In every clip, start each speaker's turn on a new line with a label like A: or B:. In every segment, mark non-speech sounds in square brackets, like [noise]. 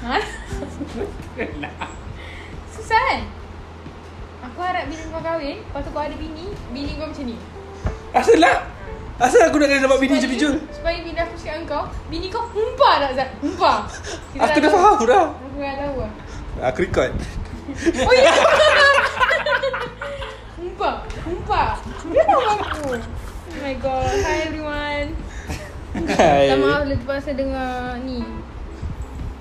A: Ha? kan? kahwin Lepas tu kau ada bini Bini kau macam ni
B: Asal lah Asal aku nak kena dapat bini
A: Supaya-
B: macam Pijul
A: Supaya bila aku cakap dengan kau Bini kau humpa tak Zat Humpa Kita
B: Aku dah
A: tahu.
B: faham dah
A: Aku dah tahu lah
B: Aku record
A: Oh ya [laughs] Humpa Humpa Dia tahu aku Oh my god Hi everyone
B: Hai
A: Minta maaf bila terpaksa dengar ni Eh,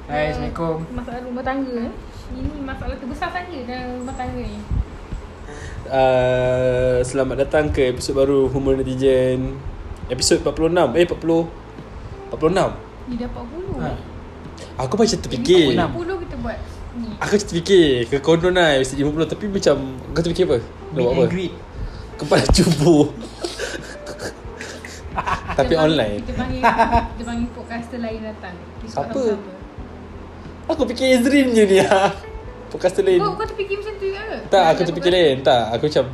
B: Hai Assalamualaikum
A: Masalah rumah tangga eh. Ini masalah terbesar saya dalam rumah tangga ni
B: uh, Selamat datang ke episod baru Humor Netizen Episod 46 Eh 40 46
A: Ni dah 40
C: Ha.
A: ha.
B: Ah, Aku macam terfikir
C: 46.
A: 40 kita buat ni
B: Aku macam terfikir Ke konon lah Episod 50 Tapi macam Kau terfikir apa? Nak
C: Meet
B: buat
C: and
B: apa?
C: greet
B: Kepala cubu Tapi
A: Kita panggil-
B: online
A: Kita panggil
B: [laughs]
A: Kita panggil podcaster lain datang Kita
B: Siapa?
A: tak tahu siapa.
B: Aku fikir Ezrin je ni ha. Podcast lain
A: Kau, kau terfikir macam tu juga ke?
B: Tak aku terfikir lain Tak aku macam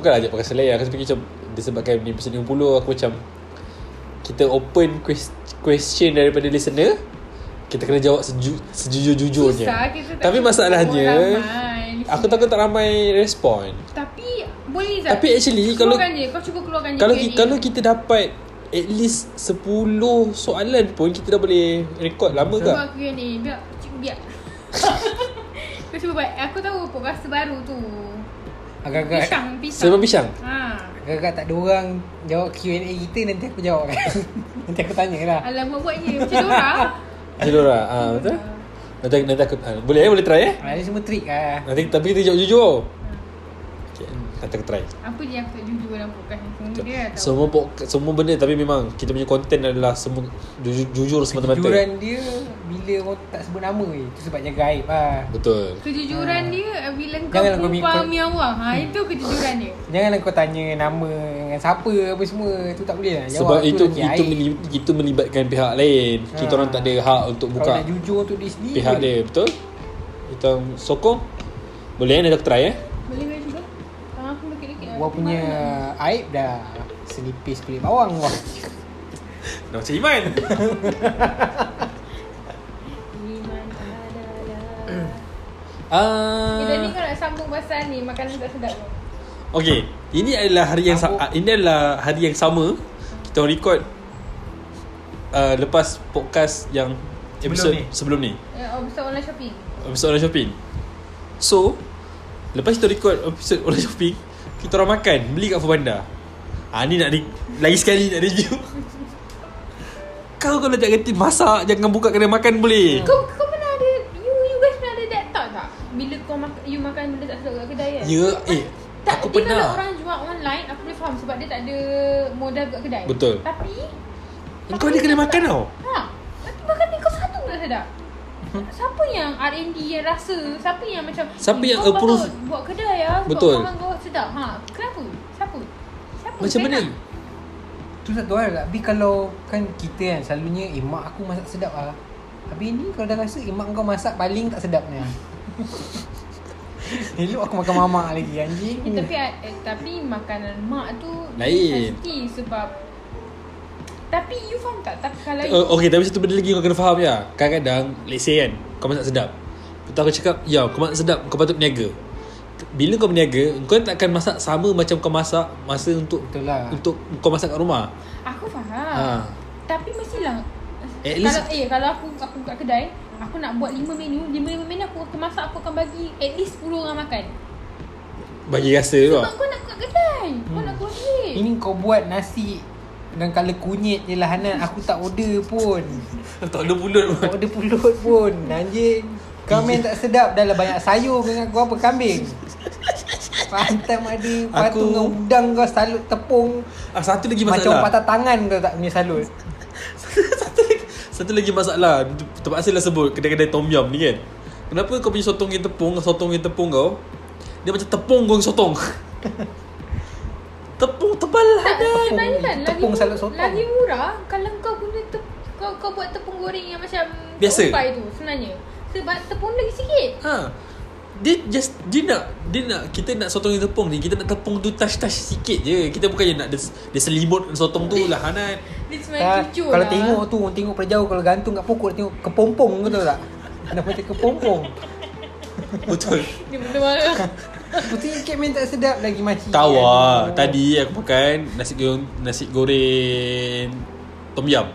B: Bukan ajak podcast lain Aku terfikir macam Disebabkan ni episode 50 Aku macam Kita open quest- question daripada listener Kita kena jawab seju, sejujur-jujurnya
A: Susah, kita tak
B: Tapi
A: jumpa
B: masalahnya
A: orang ramai.
B: Aku takut tak ramai respon
A: Tapi boleh Zat
B: Tapi actually
A: Keluarkan
B: kalau
A: je Kau cuba keluarkan je
B: kalau
A: kan dia
B: ki-
A: ni.
B: kalau kita dapat at least 10 soalan pun kita dah boleh rekod lama
A: Cuba
B: tak?
A: aku yang ni Biar Cuba biar [laughs] Kau cuba buat Aku tahu podcast baru tu
C: Agak-agak
A: Pisang Pisang
B: Sembang pisang.
A: [laughs] Ha.
C: Agak-agak tak ada orang Jawab Q&A kita Nanti aku jawab [laughs] kan Nanti aku tanya lah
A: Alah buat-buat je Macam lah.
B: [laughs]
A: dorang
B: Macam tu lah. Ah, betul? Nanti nanti aku ah, boleh eh boleh try eh?
C: Ah, Ini semua trik lah
B: Nanti tapi kita jawab jujur.
A: Ah.
B: Okay, nanti aku try.
A: Apa je aku tak jujur dalam podcast ni Semua dia dah tahu
B: Semua pok, semua benda tapi memang kita punya konten adalah semua jujur, jujur semata-mata.
C: Jujuran dia Bila orang tak sebut nama eh. Itu sebab jaga aib lah
B: Betul.
A: Kejujuran dia eh, Bila kau
C: Hmm. Janganlah kau Hmm.
A: kumpul
C: mengikut-
A: Ami Allah ha, Itu kejujuran dia
C: Janganlah kau tanya nama dengan siapa apa semua Itu tak boleh lah
B: Sebab itu
C: lagi
B: itu,
C: aib.
B: meli, itu melibatkan pihak lain. Kita
C: Ah.
B: orang tak ada hak untuk
C: Kalau
B: buka
C: nak jujur untuk diri sendiri
B: pihak
C: boleh.
B: dia, betul? Kita orang sokong. Boleh eh nanti aku try eh?
A: Boleh boleh cuba Tangan aku lekit-lekit lah.
C: Gua punya aib dah Senipis kulit bawang gua
B: Dah macam Iman.
A: Iman adalah
B: Ah.
A: Kita ni kan- kau nak sambung pasal ni Makanan tak sedap tu
B: Okey, ini adalah hari yang sa- ah,
C: Mabuk.
B: ini adalah hari yang sama kita record uh, lepas podcast yang episode
C: ni.
B: sebelum ni.
A: Eh, Oh pasal online shopping
B: Episode online shopping. So, lepas kita record episode online shopping, kita orang makan, beli kat Foodpanda. Ah ni nak re- lagi sekali nak review. Kau kalau tak kerti masak jangan buka kena makan boleh.
A: Kau kau pernah ada You you guys pernah ada that thought tak Bila kau makan You makan benda tak sedap kat kedai kan
B: Ya, eh
A: tak, dia
B: aku
A: Kalau
B: pernah.
A: orang jual online Aku boleh faham Sebab dia tak ada Modal kat kedai
B: Betul.
A: Tapi
B: Kau ni kena makan tau.
A: Ha Tapi makanan kau satu tak sedap Siapa yang R&D yang rasa Siapa yang macam
B: Hmm. Siapa
A: "Eh,
B: yang
A: kau
B: approve?"
A: patut Buat kedai ya Sebab
B: Betul.
A: orang kau sedap ha, Kenapa? Siapa? Siapa?
B: Macam
A: Kenapa?
B: mana?
C: Tu satu hal lah Tapi kalau Kan kita kan Selalunya Eh mak aku masak sedap lah Habis ni kalau dah rasa Eh mak kau masak paling tak sedap ni lah. [laughs] Elok aku makan mamak lagi anjing
A: Eh, tapi eh, tapi makanan mak tu
B: Lain.
A: Pasti sebab Tapi you faham tak? Tapi kalau
B: Uh, okay tapi satu benda lagi kau kena faham ya Kadang-kadang Let's say kan Kau masak sedap Lepas tu aku cakap Ya kau masak sedap Kau patut berniaga Bila kau berniaga Kau takkan masak sama Macam kau masak Masa untuk
C: Betul lah
B: Untuk kau masak kat rumah
A: Aku faham
B: Ha.
A: Tapi mestilah
B: At
A: kalau,
B: least-
A: Eh kalau aku aku kat kedai Aku nak buat 5 menu 5 lima menu aku akan masak Aku akan bagi at least 10 orang makan
B: Bagi rasa tu lah.
A: Sebab kau nak kat kedai Kau nak keluar duit
C: Ini kau buat nasi Dan colour kunyit je lah Hanan Aku tak order pun
B: [laughs] Tak ada pulut
C: Tak order pulut pun Anjing Kau main tak sedap Dah lah banyak sayur Kau ingat kau apa kambing Pantam ada Patung
B: Aku-
C: dengan udang kau Salut tepung
B: ah, Satu lagi
C: Macam
B: masalah
C: patah tangan kau tak punya salut
B: satu, lagi, [laughs] satu lagi masalah Terpaksa lah sebut Kedai-kedai tom yum ni kan Kenapa kau punya sotong yang tepung Sotong yang tepung kau Dia macam tepung kau yang sotong [laughs] Tepung tebal lah
A: Tak,
C: Tepung-
A: sebenarnya kan lagi,
C: tepung salut
A: mu-
C: sotong.
A: lagi murah Kalau kau guna tep, kau, kau buat tepung goreng yang macam
B: Biasa.
A: Umpai tu sebenarnya Sebab tepung lagi sikit
B: Ha. Dia just dia nak dia nak kita nak sotong yang tepung ni. Kita nak tepung tu touch-touch sikit je. Kita bukan yang nak dia, dia selimut sotong tu lah Hanan.
A: Dia sebenarnya
C: Tak,
A: jujur
C: Kalau
A: lah
C: tengok tu Tengok pada jauh Kalau gantung kat pokok Tengok kepompong kau tahu tak Kenapa macam kepompong
B: Betul.
A: Dia benda marah
C: Putih kek main tak sedap lagi makcik
B: Tawar
C: Aduh.
B: lah. Tadi aku makan Nasi goreng Nasi goreng Tom Yam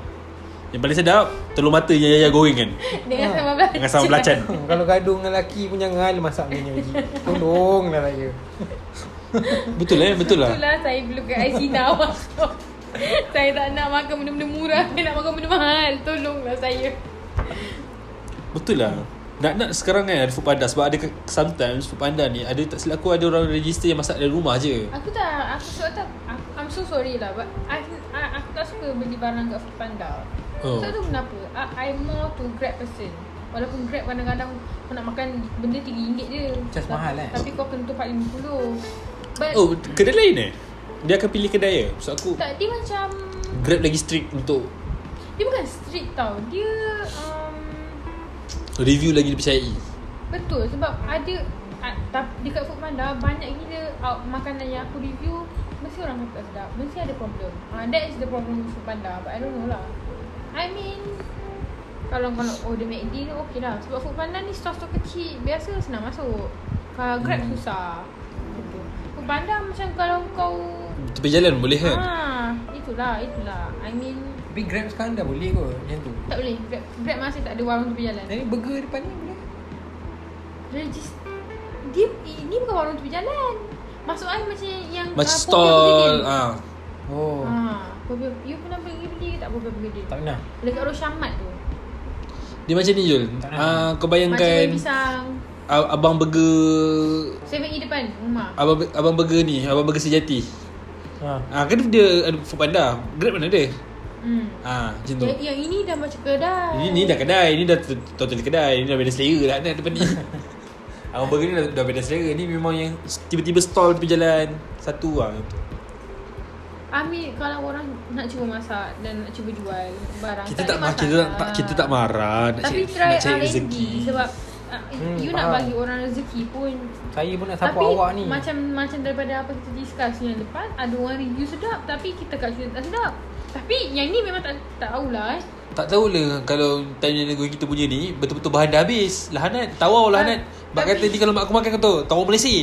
B: Yang paling sedap Telur mata yang Yaya goreng kan
A: Dengan
C: Ah,
A: sama belacan
B: Dengan sambal belacan
C: [laughs] Hmm, Kalau gaduh dengan lelaki punya ngal masak minyak lagi Tolonglah raya
B: Betul eh Betul lah
A: Itulah saya belum ke [laughs] Aizina waktu Saya tak nak makan benda-benda murah Saya nak makan benda mahal Tolonglah saya
B: Betul lah Nak-nak sekarang kan Ada food panda Sebab ada ke- Sometimes food panda ni Ada tak silap aku Ada orang register Yang masak dari rumah je
A: Aku tak Aku sebab tak aku, I'm so sorry lah But I, I, Aku tak suka beli barang kat Foodpanda
B: Oh.
A: oh. Tak tahu kenapa I, I'm more to grab person Walaupun grab kadang-kadang Kau nak makan benda RM3 je
C: Just
A: Tapi-
C: mahal, eh?
A: Tapi kau kena tukar RM50 But
B: Oh kedai lain eh Dia akan pilih kedai eh So aku
A: tak, dia macam
B: Grab lagi strict untuk
A: Dia bukan street tau Dia um,
B: Review lagi dipercayai
A: Betul sebab ada ah, tap- Dekat Foodpanda Banyak gila out, Makanan yang aku review Mesti orang kata tak sedap Mesti ada problem uh, That is the problem with Foodpanda But I don't know lah I mean Kalau oh, kau nak order McD ni Okay lah Sebab Foodpanda ni Store-store kecil Biasa senang masuk Kalau Grab susah Gitu Foodpanda macam Kalau kau
B: Tepi jalan boleh kan
A: Ha, itulah, itulah. I mean,
C: Tapi Grab sekarang dah boleh kot macam tu
A: tak boleh. Grab, Grab masih tak ada warung tepi jalan.
C: Jadi burger depan ni boleh
A: Regis Dia Ini bukan warung tepi jalan Maksud I macam yang
B: Macam
A: ah,
B: stall
A: Burger
B: ah.
A: Din.
C: Oh
A: Ha Burger- You pernah pergi beli ke tak Burger Burger
C: Tak pernah
A: Dekat Rosh Ahmad tu
B: Dia macam ni Jul
C: Tak nak.
B: ah, Kau
A: Macam goreng
B: bayangkan
A: pisang
B: ab- Abang burger
A: 7E depan rumah
B: Abang, abang burger ni Abang burger sejati
C: ha.
B: ah, Kan dia ada food panda Grab mana ada
A: hmm.
B: ah, Macam tu
A: Jadi yang ini dah macam kedai
B: Ini ni dah kedai Ini dah t- totally kedai Ini dah beda selera lah Nak depan
A: [laughs]
B: ni Abang burger ni dah, dah beda selera Ni memang yang Tiba-tiba stall tepi jalan Satu lah
A: Ambil kalau orang nak cuba masak Dan nak cuba jual barang
B: kita
A: ada
B: tak, ma- kita tak,
A: masalah.
B: tak kita tak marah nak
A: lah. Tapi
B: cari,
A: try
B: nak cari
A: R&D
B: rezeki
A: Sebab ah,
C: Hmm,
A: You nak
C: faham.
A: bagi orang rezeki pun
C: Saya pun nak
A: tapi
C: support awak ni
A: macam macam daripada apa kita discuss yang depan ada orang review sedap tapi kita kat sini tak sedap. Tapi yang ni memang tak tak tahulah eh.
B: tak tahulah kalau time yang negeri kita punya ni betul-betul bahan dah habis lahanat tawar lahanat bak
A: Tapi-
B: kata ni kalau mak aku makan kau tahu tawar
C: [laughs]
B: Malaysia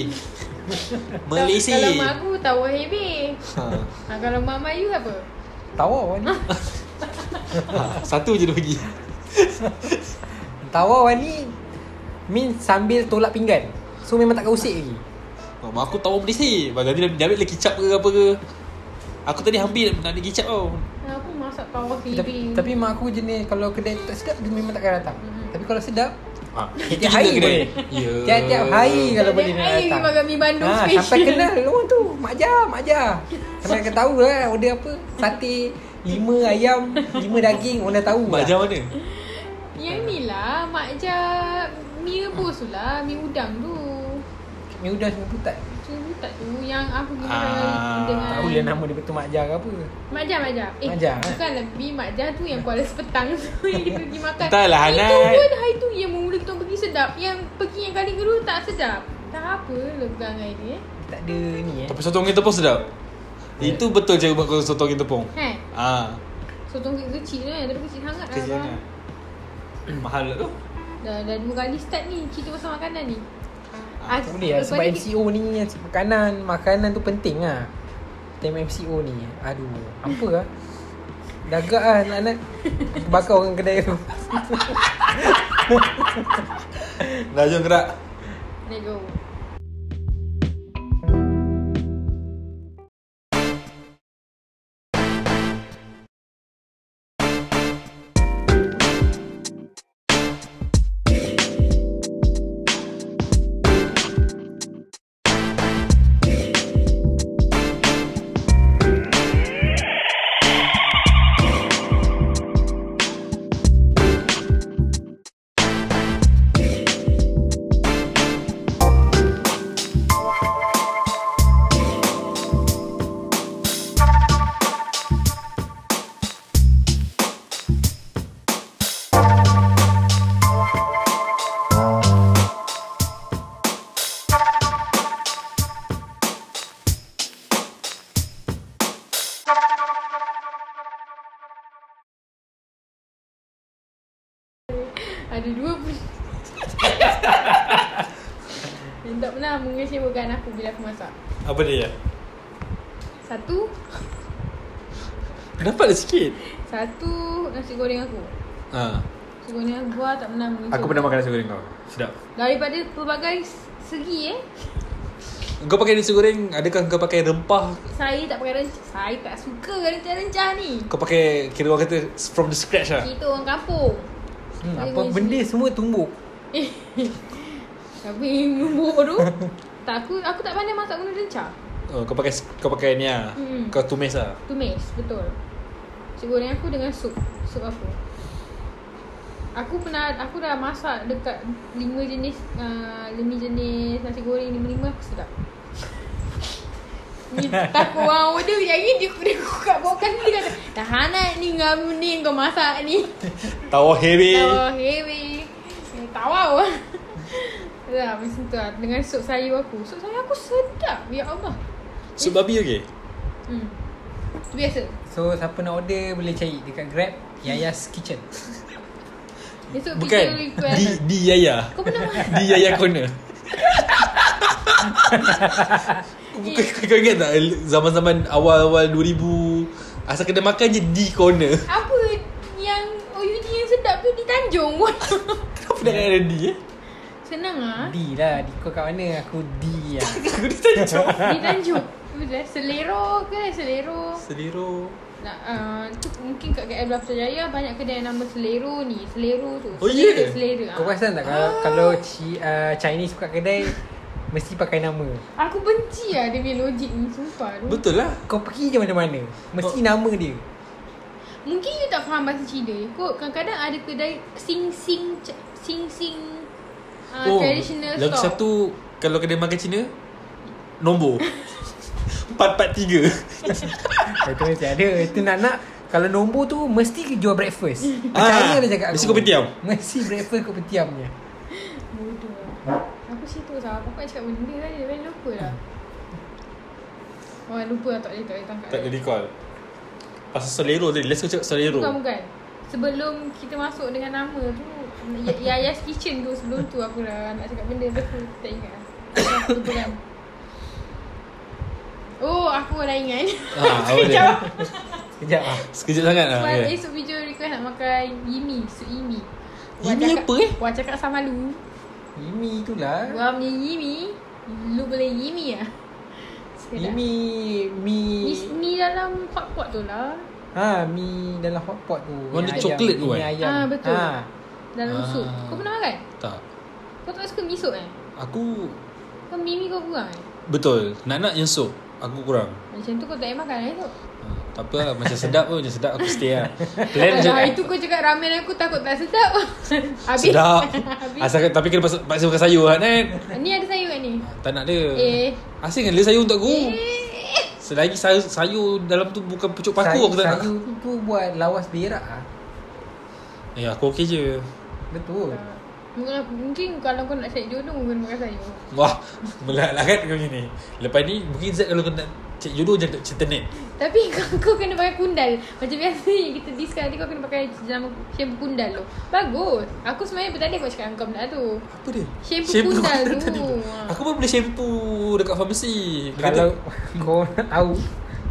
B: Malaysia
A: Kalau mak aku tahu heavy.
B: ha.
A: Ha, kalau mak Melayu apa?
C: Tawar Wani
A: Ah.
B: ha. satu je dia bagi
C: Tawar Wani Means sambil tolak pinggan So memang tak kau usik lagi
B: oh, mak aku tawar Malaysia bak tadi dia, dia ambil lagi kicap ke apa ke aku tadi hampir nak, nak ambil kicap tau
A: Ha, aku masak tahu
C: tapi,
A: heavy.
C: tapi mak aku jenis Kalau kedai tu tak sedap Dia memang takkan datang
A: Mhm.
C: Tapi kalau sedap
B: ha.
C: Tiap-tiap hari boleh
B: Ya.
C: Tiap-tiap hari kalau
A: Tiap-tiap
C: boleh dia nak
A: hari
C: datang Ha,
A: makan mi Bandung special. [laughs]
C: Sampai kenal orang tu Mak Jah, Mak Jah Sampai akan tahu lah order apa Sate Lima ayam Lima daging Orang dah tahu
B: mak
C: lah.
B: jam mana
A: yang ni lah mak ja mi rebus tu lah, mi udang tu.
C: Ni udah semua putat
A: Cuma tak tu yang aku guna
B: Ah,
A: dengan- dengan
C: Tak tahu lah nama dia betul Mak Jah ke apa
A: Mak Jah, Mak Jah. Eh,
C: Mak Jah, eh?
A: bukan lebih Mak Jah tu yang kuala sepetang tu [laughs] yang kita pergi makan.
B: Entahlah,
A: Itu
B: Hanat.
A: pun hari tu yang mula tu pergi sedap. Yang pergi yang kali kedua tak sedap. Tak apa lah perangai dia. eh.
C: Tak ada ni eh
B: tapi sotong yang tepung sedap itu betul cara buat kau sotong yang tepung
A: Ha.
B: ah
A: Sotong kecil tu kan. Tapi kecil sangat lah.
B: Kesian
A: abang.
B: kan Mahal lah tu
A: Dah, dah dua kali start ni. Cerita pasal makanan ni.
B: Ah,
A: Ah,
C: Tak boleh lah
A: lepas
C: sebab
A: ni-
C: MCO ni Makanan Makanan tu penting lah Time MCO ni Aduh Apa lah Dagak lah anak-anak Bakar orang kedai tu
B: Dah Lah, jom gerak
A: Let's go. Ada dua pun. Yang tak pernah mengecewakan aku bila aku masak
B: Apa dia?
A: Satu
B: Dapat lah sikit
A: Satu nasi goreng aku
B: ha.
A: Nasi goreng aku buah tak pernah mengecewakan
B: Aku pernah makan nasi goreng kau Sedap
A: Daripada pelbagai segi eh
B: Kau pakai nasi goreng Adakah kau pakai rempah
A: Saya tak pakai rencah Saya tak suka rencah-rencah ni
B: Kau pakai Kira orang kata From the scratch lah
A: Kita orang kampung
C: Hmm, apa benda semua tumbuk.
A: [laughs] Tapi numbuk tu tak, aku, aku tak pandai masak guna rencah
B: oh, Kau pakai Kau pakai ni lah
A: Hmm.
B: Kau tumis lah
A: Tumis, betul Nasi goreng aku dengan sup Sup apa? Aku pernah Aku dah masak dekat Lima jenis uh, Lima jenis nasi goreng Lima-lima aku sedap Ni takut orang order Yang ni dia, dia buka podcast ni Dia kata Dah hanat ni Kamu ni kau masak ni
B: Tawar heavy
A: Tawa heavy Tawa Dah macam tu lah Dengan sup sayur aku Sup sayur aku sedap Ya Allah
B: Sup babi okay
A: hmm. Tu biasa
C: So siapa nak order boleh cari dekat Grab Yaya's Kitchen.
A: Besok
B: Bukan
A: kita request
B: Di, di Yaya
A: Kau pernah
B: [laughs]
A: masak
B: Di
A: [laughs]
B: Yaya Corner Kau, kau, kau ingat tak Zaman-zaman awal-awal 2000 Asal kena makan je Di corner [laughs]
A: Apa yang OUD yang sedap tu di Tanjung [laughs] pun
B: Kenapa nak ada di eh
A: Oh. Senang ah
C: D lah, D kau kat mana? Aku D [laughs] lah.
B: Aku di tanjung
A: [laughs] Di Tanjung Itulah Selero ke Selero
B: Seliro
A: Nak uh, tu Mungkin kat KL Belah Putra Jaya Banyak kedai nama Selero ni Selero ah. tu
B: Oh,
A: Selera,
B: ya?
A: Selera
C: Kau perasan tak kalau, kalau chi, uh, Chinese buka kedai mesti pakai nama.
A: Aku benci lah dia punya logik ni Sumpah tu
B: Betul lah
C: Kau pergi je mana-mana mesti
B: Oh.
C: nama dia.
A: Mungkin you tak faham bahasa Cina je kot Kadang-kadang ada kedai Sing Sing Sing Sing uh,
B: Oh,
A: Traditional
B: Lagi
A: store
B: satu Kalau kedai makan Cina
A: [laughs]
B: Nombor 443
C: Itu mesti ada. Itu nak nak kalau nombor tu mesti jual breakfast.
B: Ah,
C: Percaya dia cakap aku.
B: mesti kopitiam.
C: Mesti breakfast kopitiamnya.
A: Bodoh lah. Aku situ sah. Aku nak cakap benda lah dia. Memang lupa lah. Wah lupa lah tak boleh, tak boleh tangkap.
B: Tak ada recall Pasal Solero tadi Let's go cakap Solero
A: Bukan bukan. Sebelum kita masuk dengan nama tu. Ya- Yayas Kitchen tu sebelum tu aku dah nak cakap benda tu. Aku tak ingat lah. Aku lupa kan. Oh aku dah ingat.
B: Ah, apa dia?
C: Sekejap ah.
B: Sekejap sangat
A: [laughs]
B: lah
A: Sebab
B: okay.
A: esok video request nak makan Yimi. Sup Yimi.
B: Yimi apa, eh?
A: Wah cakap sama lu.
C: Imi tu lah.
A: Wah punya Yimi. Lu boleh Yimi lah. Sekedar.
C: Imi mi
A: Ni, ni dalam hot pot tu lah
C: ha mi dalam hot pot tu.
B: Warna
C: yang ayam,
B: coklat tu,
C: mi
B: eh?
C: ayam.
A: Ah, betul.
C: Ah.
A: Dalam
B: Ah.
A: sup Kau pernah makan?
B: Tak
A: Kau tak suka miso eh?
B: Aku
A: Kau mimi kau kurang eh?
B: Betul Nak-nak yang sup Aku kurang
A: Macam tu kau tak payah makan eh tu
B: Ah, Tak apa lah Macam sedap pun Macam sedap aku stay lah
A: Kalau
B: Plan macam
A: [laughs] hari tu Ah, kau cakap ramen aku takut tak sedap [laughs] Habis
B: Sedap
A: [laughs] Habis
B: Asal tapi kena paksa, paksa makan sayur lah Nat
A: Ni ada sayur kat ni
B: Tak nak dia
A: Eh.
B: Asing kan dia sayur untuk
C: Hmm.
B: aku
A: Eh
B: Selagi sayur, sayur dalam tu bukan pucuk paku
C: Sayur-
B: aku tak nak
C: Sayur tu buat lawas berak ah.
B: Eh aku okey je
C: Betul.
A: Mungkin- Mungkin kalau kau nak cari jodoh Kau kena makan sayur
B: Wah Melak lah kan kau macam ni Lepas ni mungkin Zat kalau kau nak Cek jodoh je nak cerita net
A: Tapi [laughs] kau, kau kena pakai kundal Macam biasa [laughs] yang kita discuss tadi Kau kena pakai jenama shampoo kundal tu Bagus Aku sebenarnya tadi aku cakap dengan kau benda tu
B: Apa dia?
A: Shampoo
B: [laughs]
A: kundal tu.
B: Aku pun beli shampoo dekat farmasi Dia
C: Kalau [laughs]
B: kata,
C: kau nak tahu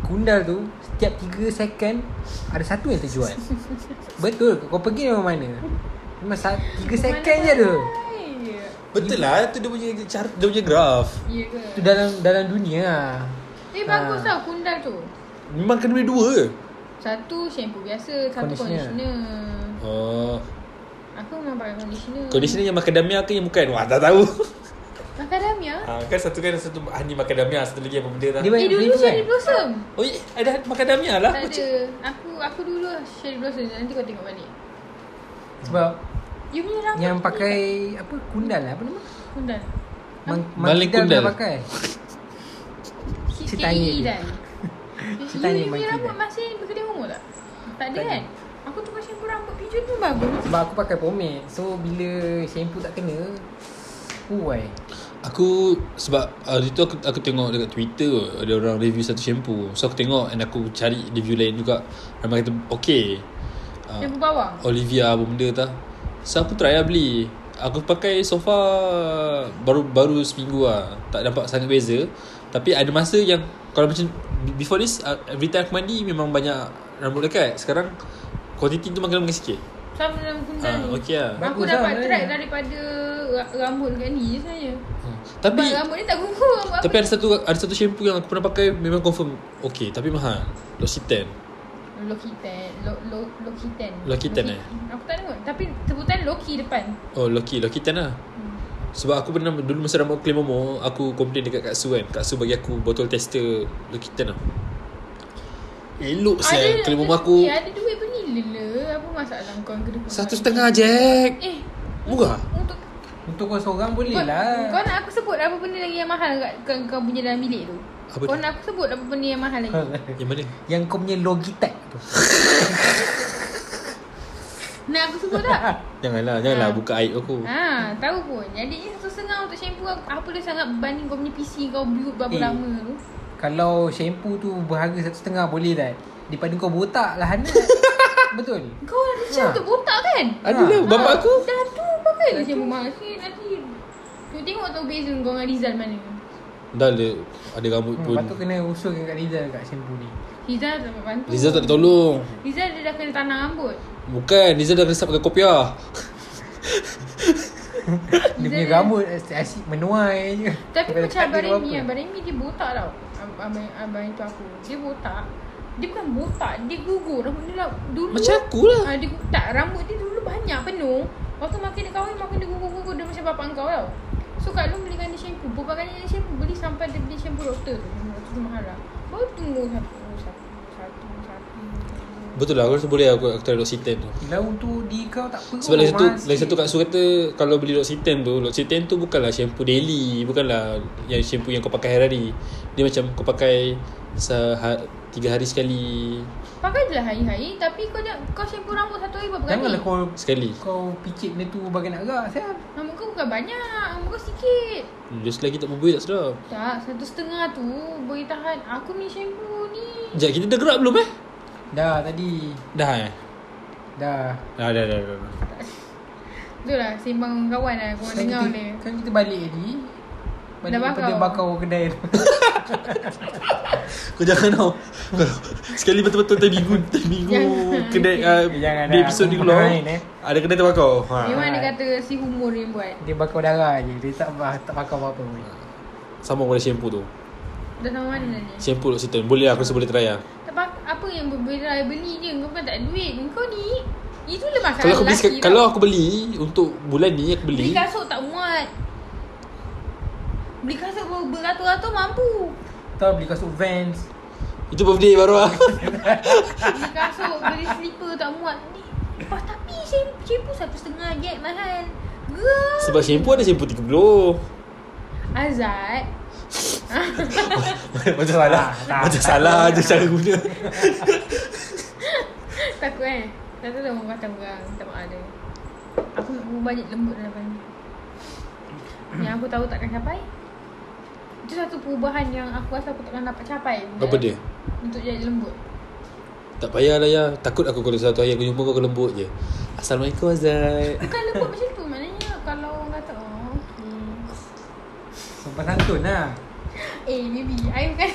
C: Kundal tu Setiap 3 second Ada satu yang
A: [laughs]
C: terjual Betul Kau pergi memang mana Memang 3 second je tu
A: Mana-mana.
B: Betul lah tu dia punya cara, dia punya graf
A: Ya ke?
C: Tu dalam dalam dunia lah
A: Eh bagus
C: Ha.
A: tau kundal tu
B: Memang kena beli dua ke?
A: Satu shampoo biasa Satu
C: Conditioner.
A: conditioner
B: Oh,
A: Aku memang pakai conditioner
B: conditioner yang macadamia ke yang bukan? Wah, tak tahu.
A: Macadamia
B: ha, kan satu kan satu hanya macadamia, satu lagi apa benda
A: ya?
B: tak.
C: Dia
A: Eh
C: banyak
A: dulu
C: flavor kan
A: cherry blossom
B: Oh, ye, ada macadamia lah.
A: Tak
B: Aku
A: ada Aku aku dulu cherry blossom Nanti kau tengok balik
C: Sebab
A: You punya rambut
C: Yang
A: ni
C: pakai Apa Kundal lah Apa nama
A: Kundal
C: Mang,
B: Maling
C: Kidal
B: kundal.
C: pernah pakai Cik tanya
A: KKE
C: dia.
A: E
C: [laughs]
A: dan
C: Cik
A: You,
C: tanya
A: you punya
C: monkey
A: rambut
C: dan.
A: masih berkedai ungu tak? Tak ada
C: Tak ada.
A: kan? Aku tukar shampoo rambut pigeon pun bagus
C: Sebab aku pakai pomade So bila shampoo tak kena Uai
B: Aku sebab hari tu aku, aku tengok dekat Twitter ada orang review satu shampoo. So aku tengok and aku cari review lain juga. Ramai kata okay. Uh,
A: Shampoo bawang
B: Olivia apa benda tak. So aku try lah beli. Aku pakai sofa baru baru seminggu lah. Tak nampak sangat beza. Tapi ada masa yang kalau macam before this uh, every time aku mandi memang banyak rambut lekat. Sekarang quantity tu makin lama makin sikit.
A: Sama dalam kundal
B: Ah,
A: ni
B: okey lah.
A: Aku
C: Bagus lah
A: dapat
C: sebenarnya.
A: track daripada ra- rambut kat ni je sebenarnya
B: Hmm.
A: Sebab
B: Tapi
A: rambut ni tak gugur rambut
B: tapi
A: aku
B: ada satu ada satu shampoo yang aku pernah pakai memang confirm okey tapi mahal. L'Occitane.
A: Lokitan Lo- Lo- Lokitan
B: Lokitan,
A: Loki-
B: eh?
A: Aku tak tengok Tapi sebutan Loki depan
B: Oh, Loki, L'Occitane lah.
A: Hmm.
B: Sebab aku pernah dulu masa rambut aku momo, aku komplain dekat Kak Su kan. Kak Su bagi aku botol tester L'Occitane lah. Elok saya
A: ada,
B: claim momo aku.
A: eh, ada duit beli lah Apa masalah kau yang kena
B: Satu setengah Jack.
A: Eh
B: Murah.
A: Untuk
C: Untuk kau seorang boleh
A: kau,
C: lah
A: kau nak aku sebut apa benda lagi yang mahal kat, kat kau punya dalam bilik tu?
B: Apa
A: kau
B: dia?
A: nak aku sebut apa benda yang mahal
C: [laughs]
A: lagi?
B: Yang mana?
C: Yang kau punya Logitech tu
A: nak aku sebut
C: [laughs]
A: tak?
B: Janganlah, janganlah
A: Ha.
B: buka aib aku.
A: ha, tahu pun. Jadi ni satu setengah untuk shampoo aku, apa dia sangat banding kau punya PC kau build berapa
C: Eh.
A: lama tu?
C: Kalau shampoo tu berharga satu setengah boleh tak? Daripada kau botak lah
A: [laughs]
C: Hana Betul?
A: Kau dah macam
C: Ha.
A: untuk botak kan?
B: Adalah
A: Ha,
B: bapak aku.
A: Dah tu pakai lah shampoo mahal sikit nanti. Tu tengok tu beza kau dengan Rizal mana.
B: Dah ada ada rambut
C: Hmm,
B: pun.
C: patut kena usulkan kat Rizal kat shampoo ni
A: Rizal tak dapat bantu.
B: Rizal tak ada tolong.
A: Rizal dia dah kena tanam rambut.
B: Bukan, Rizal dah resap pakai kopiah.
C: Dia punya rambut asyik menuai je
A: Tapi
C: Bukan
A: macam Abang
C: lekat dia
A: Remy
C: apa.
A: Abang Remy dia botak tau Ab- Abang, abang itu aku Dia botak Dia bukan botak Dia gugur Rambut dia lah Dulu
B: Macam akulah.
A: ah, dia, gu- Tak rambut dia dulu banyak penuh Lepas tu makin dia kahwin Makin dia gugur-gugur Dia macam bapak kau tau So Kak Long belikan dia shampoo Berapa kali dia shampoo Beli sampai dia beli shampoo doktor tu Doktor tu mahal lah Baru tunggu satu Satu Satu Satu
B: Betul lah, aku rasa boleh aku, aku try L'Occitane tu.
C: Lau tu di kau tak perlu
B: Sebab lagi satu,
C: masih.
B: lagi satu Kak Su kata kalau beli L'Occitane tu, L'Occitane tu bukanlah shampoo daily, bukanlah yang shampoo yang kau pakai hari-hari. Dia macam kau pakai seha, tiga hari sekali,
A: Pakai je lah hari-hari Tapi kau jangan Kau shampoo rambut satu hari berapa kali
C: Janganlah kau
B: sekali.
C: kau picit benda tu bagai nak gerak Siap
A: Rambut kau bukan banyak Rambut kau sikit
B: Dia selagi Hmm, tak berbuih tak sedap.
A: Tak, satu setengah tu boleh tahan. Aku ni shampoo ni.
B: Sekejap, kita dah gerak belum eh?
C: Dah tadi
B: Dah eh?
C: Dah
B: Dah, dah, dah. dah, dah.
A: Itulah sembang dengan kawan lah. Korang
C: Kan
A: dengar
C: kita,
A: boleh.
C: kan kita balik tadi Balik
A: Dah
C: daripada bakau
A: bakau.
C: kedai tu [laughs]
B: Kau jangan tau Kalau Sekali betul-betul time minggu Time minggu
A: Jangan.
B: Kedai uh,
C: Jangan
B: Di
C: dah.
B: episod ni keluar
C: Main, eh.
B: Ada kedai terbakar ha.
A: Memang dia kata si humor yang buat.
C: Dia bakau darah je Dia tak, tak bakau apa-apa pun
B: Sama pada shampoo tu
A: Dah sama mana dah ni?
B: Shampoo duk situ Boleh lah aku rasa boleh try lah
A: Tak apa, apa yang berbeza beli je. Kau kan tak ada duit. Kau ni. Itulah masalah
B: Kalau aku beli
A: lelaki
B: sek- Kalau aku beli Untuk bulan ni aku
A: Beli
B: beli
A: kasut tak muat. Beli kasut ber- beratus-ratus mampu.
C: Tahu beli kasut Vans
B: Itu birthday baru lah [laughs]
A: Beli kasut, beli slipper tak muat. Ni. Lepas tapi shampoo, shampoo satu setengah je mahal. Girl.
B: Sebab shampoo ada shampoo 30
A: Azad.
B: [laughs] Macam salah
C: Tak, tak,
B: Macam
C: Ah, tak.
B: salah je cara guna
A: Takut kan Tak tahu dah orang kata orang Minta maaf dia Aku nak berubah banyak lembut dalam badan Yang aku tahu takkan capai Itu satu perubahan yang aku rasa aku takkan dapat capai
B: Apa dia?
A: Untuk jadi lembut
B: Tak payahlah ya Takut aku kalau satu hari aku jumpa kau aku lembut je Assalamualaikum Azad
A: Bukan lembut macam tu Maknanya kalau orang kata oh, okay.
C: Sopan santun lah
A: Eh baby I bukan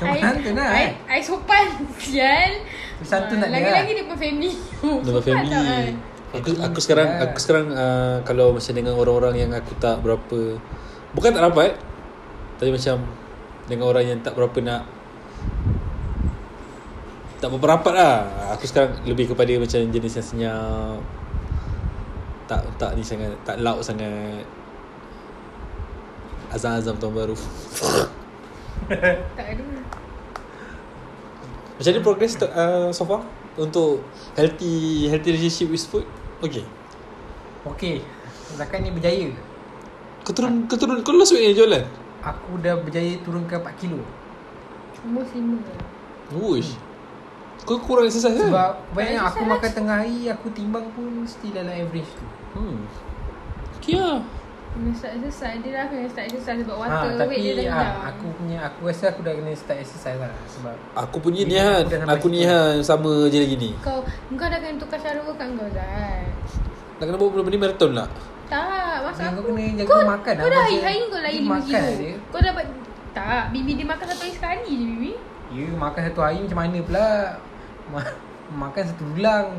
C: Sopan santun lah,
A: I,
C: eh.
A: I sopan Sial Ah,
C: Santun tak kan? ada
A: Lagi-lagi dia pun family [laughs]
B: Nama
A: Sopan
B: family
A: tak, kan?
B: Aku aku sekarang
C: Yes.
B: aku sekarang uh, kalau macam dengan orang-orang yang aku tak berapa bukan tak rapat tapi macam dengan orang yang tak berapa nak tak berapa rapat lah Aku sekarang lebih kepada macam jenis yang senyap Tak tak ni sangat Tak loud sangat Azam-azam tahun baru
A: Tak ada
B: Macam mana progress tu, uh, so far? Untuk healthy healthy relationship with food? Okay
C: Okey Zakat ni berjaya
B: Kau turun, kau turun, kau lost weight ni lah. jualan?
C: Aku dah berjaya turunkan 4 kilo
A: Hmm. Umur lima lah
B: Wush Kau kurang exercise kan?
C: Sebab banyak
A: Exercise.
C: aku makan tengah hari Aku timbang pun still dalam average tu
B: hmm. Okay lah
A: Kena start exercise Dia dah kena start exercise Sebab
C: ha,
A: water ha, weight dia
C: Tapi
A: dah
C: ha,
A: hilang
C: aku punya Aku rasa aku dah kena start exercise lah Sebab
B: Aku punya ni
C: Ini
B: Han
C: aku dah sampai
B: Aku ni
C: situ.
B: Han Sama je lagi ni
A: kan Kau Kau dah kena tukar cara workout kau Zat
B: Nak kena buat benda ni marathon lah
A: Tak, maksud
C: Dia
A: aku
C: kau kena jaga
A: kau,
C: makan
A: Kau dah
C: lah, masa
A: hari-hari kau layan
C: dia
A: 5
C: makan
A: kilo
C: dia.
A: Kau dapat Tak, Bibi dia makan satu hari sekali je Bibi
C: You makan satu hari macam mana pula Ma- Makan satu dulang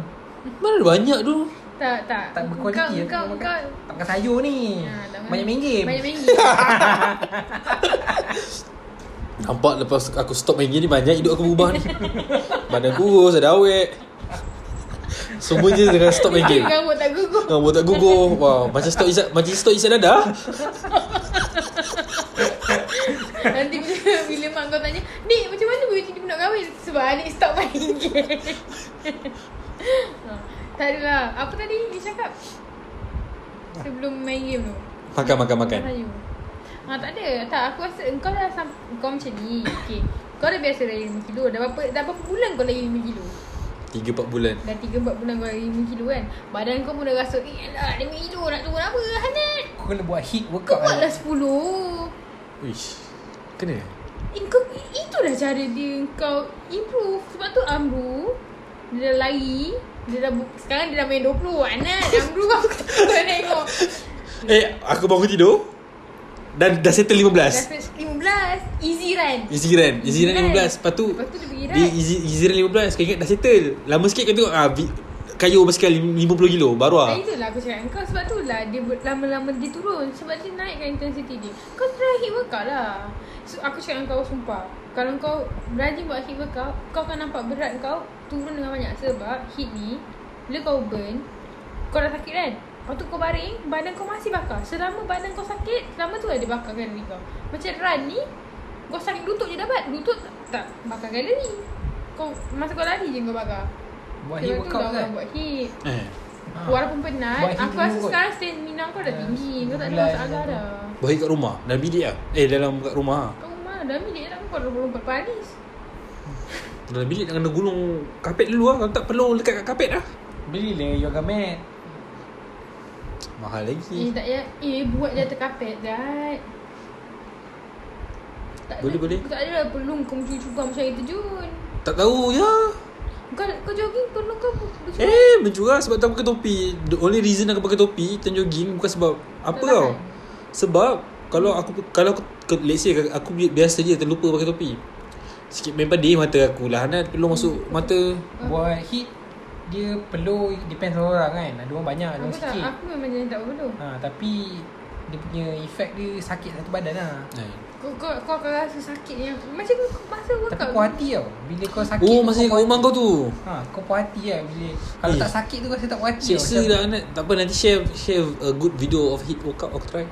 B: Mana ada banyak tu
A: Tak, tak
C: Tak berkualiti lah, ya,
A: Kau, kau,
C: makan,
A: kau
C: Tak makan sayur ni
A: Ya, tak makan.
C: Banyak main game
A: Banyak main
C: [laughs]
B: Nampak lepas aku stop main game ni Banyak hidup aku [laughs] berubah ni Badan kurus Ada awet Semua je dengan stop main
A: game
B: game
A: Rambut tak gugur
B: Rambut tak gugur Wah, Macam stop isap Macam stop isap dadah
A: Nanti bila, bila mak kau tanya Dik macam mana boleh jadi nak kahwin Sebab adik stop main [laughs] game ha, Tak adalah Apa tadi dia cakap Sebelum main game tu
B: Makan makan makan
A: Melayu. Ha, tak ada. Tak, aku rasa kau dah sam- kau macam ni. Okey. Kau dah biasa lari 5 kilo. Dah berapa dah berapa bulan kau lari 5 kilo?
B: 3-4 bulan
A: Dah 3 4 bulan kau lari 5 kilo kan. Badan kau pun dah rasa, "Eh, alah, 5 kilo nak turun apa? Hanat."
C: Kau kena buat hit
A: Kau
C: workout
A: buatlah
C: lah
A: 10.
B: Uish Kena
A: Eh, kau, itulah cara dia kau improve. Sebab tu Amru dia dah lari, dia dah bu- sekarang dia dah main 20. Anak, kan? Amru [laughs] kau kau tengok.
B: Eh aku bangun tidur Dan dah settle 15
A: Dah 15 easy run.
B: Easy run Easy run 15 Lepas tu
A: Lepas tu dia pergi run.
B: Dia easy, easy run 15 Kau ingat dah settle Lama sikit kau tengok ah, vi- Kayu basikal 50 kilo Baru
A: Ah.
B: lah
A: Itulah aku cakap dengan kau Sebab tu lah dia ber- lama-lama dia turun Sebab dia naikkan intensity dia Kau try hit workout lah so, Aku cakap dengan kau sumpah Kalau kau rajin buat hit workout Kau akan nampak berat kau turun dengan banyak Sebab hit ni Bila kau burn Kau dah sakit kan Lepas tu kau baring Badan kau masih bakar Selama badan kau sakit Selama tu lah dia bakar kalori kau Macam run ni Kau sakit lutut je dapat Lutut tak, tak bakar kalori Kau Masa kau lari je kau bakar
C: Buat
A: Sebab
C: hit
A: tu
C: workout
A: lah
C: kan
A: orang buat hit
B: eh.
C: Ha.
A: Walaupun penat
C: Buat
A: Aku
C: hit
A: rasa
C: dulu kot.
A: sekarang stamina kau dah
C: Ya,
A: tinggi Kau tak ada
C: bulan
A: masalah
C: macam tu.
A: dah
B: Baik kat rumah Dalam bilik lah Eh dalam kat rumah lah
A: Kau rumah dah milik lah Kau dah berumpat Paris
B: Dalam bilik nak kena gulung Kapet dulu lah Kalau tak perlu lekat kat kapet lah
C: Beli lah yoga mat
B: Mahal
A: Eh
B: lagi
A: tak payah Eh buat je atas kapet Zat tak
B: Boleh,
A: ada,
B: boleh.
A: Tak ada lah perlu kau mencuri-curi macam air terjun
B: Tak tahu ya
A: Kau, kau jogging perlu kau bercuri
B: Eh mencurah sebab tak pakai topi The only reason aku pakai topi Time jogging Bukan sebab Apa
A: Tak
B: tau
A: tahan.
B: Sebab Kalau aku Kalau aku ke- Let's say Aku bi- biasa je terlupa pakai topi Sikit main pedih mata aku lah Hana perlu
C: Hmm.
B: masuk mata
C: Buat hit Dia perlu Depends on orang kan Ada orang banyak Ada
A: Aku
C: orang
A: tak
C: sikit
A: Aku memang jenis tak perlu
C: ha, Tapi Dia punya efek dia Sakit satu badan lah
B: eh.
A: kau, kau, kau akan rasa sakit yang Macam kau masa
C: Tapi
A: workout
C: puas hati tau Bila kau sakit
B: Oh masa kat
C: kau
B: rumah kau tu
C: Ha, kau puas hati lah bila Kalau
B: Eh.
C: tak sakit tu rasa tak puas hati
B: Seksa
C: Macam-
B: dah Hana lah, Tak apa nanti share Share a good video Of hit workout Aku try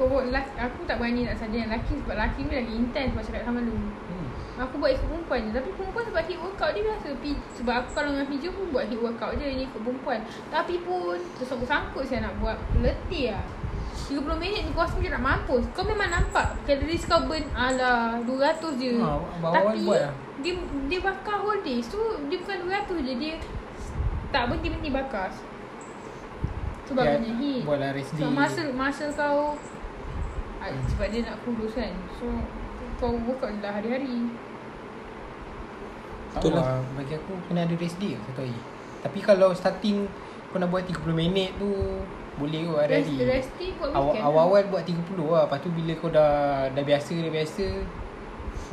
A: Kau buat lelaki Aku tak berani nak saja yang lelaki Sebab lelaki ni lagi intense Macam kat sama dulu
C: Hmm.
A: Aku buat ikut perempuan je Tapi perempuan sebab hit workout dia biasa Pi, Sebab aku kalau dengan Fijo pun buat hit workout je Dia ikut perempuan Tapi pun Tersangkut-sangkut saya nak buat Letih lah 30 minit tu kau rasa macam nak mampus Kau memang nampak Calories kau burn Alah 200 je
C: Ha, awal-awal
A: Tapi
C: buat lah.
A: dia, dia bakar whole day So dia bukan 200 je Dia tak berhenti-berhenti bakar Sebab
C: Dia
A: punya hit
C: Ya, Buatlah rest day
A: so, masa masa kau ah, sebab dia nak kurus kan. So kau workout lah hari-hari.
C: Tak
B: Betul
C: Betul
B: lah.
C: lah Bagi aku kena ada rest day lah satu hari Tapi kalau starting Kau nak buat 30 minit tu Boleh kot
A: Rest,
C: hari-hari
A: resting buat
C: Awal-
A: weekend.
C: Awal-awal buat 30 lah Lepas tu bila kau dah Dah biasa Dah biasa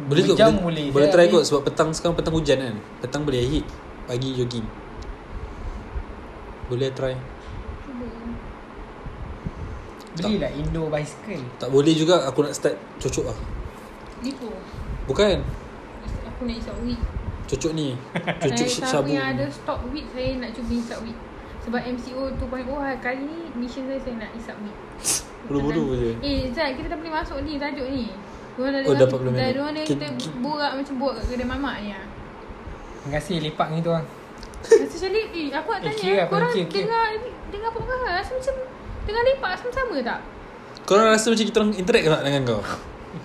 B: Boleh
C: dua
B: kot
C: jam
B: boleh,
C: boleh
B: boleh
C: Saya
B: try
C: habis-
B: kot Sebab petang sekarang Petang hujan kan Petang boleh hit Pagi jogging Boleh try
A: Cuba.
C: Belilah Indo bicycle
B: Tak boleh juga Aku nak start Cocok lah
A: Lipo.
B: Bukan
A: Aku nak isap weed.
B: Cocok ni [laughs] Cocok
A: Saya
B: sh-
A: siapa
B: Eh, sabu
A: yang ada stock weed saya nak cuba isap weed. Sebab MCO 2.0 hari oh, ah, kali ni mission saya saya nak isap
B: [laughs]
A: weed.
B: Buru-buru je
A: Eh, Zai, kita dah boleh masuk ni tajuk ni. Diorang dah
B: Oh,
A: dengar-
B: dapat belum
A: dah
B: minit.
A: diorang dah
B: Ki-
A: kita
B: ki-
A: borak macam borak kat kedai mamak ni
B: [laughs]
A: ah.
C: Terima kasih lepak dengan kita orang
A: Rasa macam lip eh, Aku nak
C: Eh,
A: tanya
C: kira
A: eh,
C: apa?
A: Korang
C: Kira, kira.
A: dengar Dengar podcast Rasa macam Dengar lepak sama-sama tak?
B: Korang rasa macam kita orang interact tak dengan kau?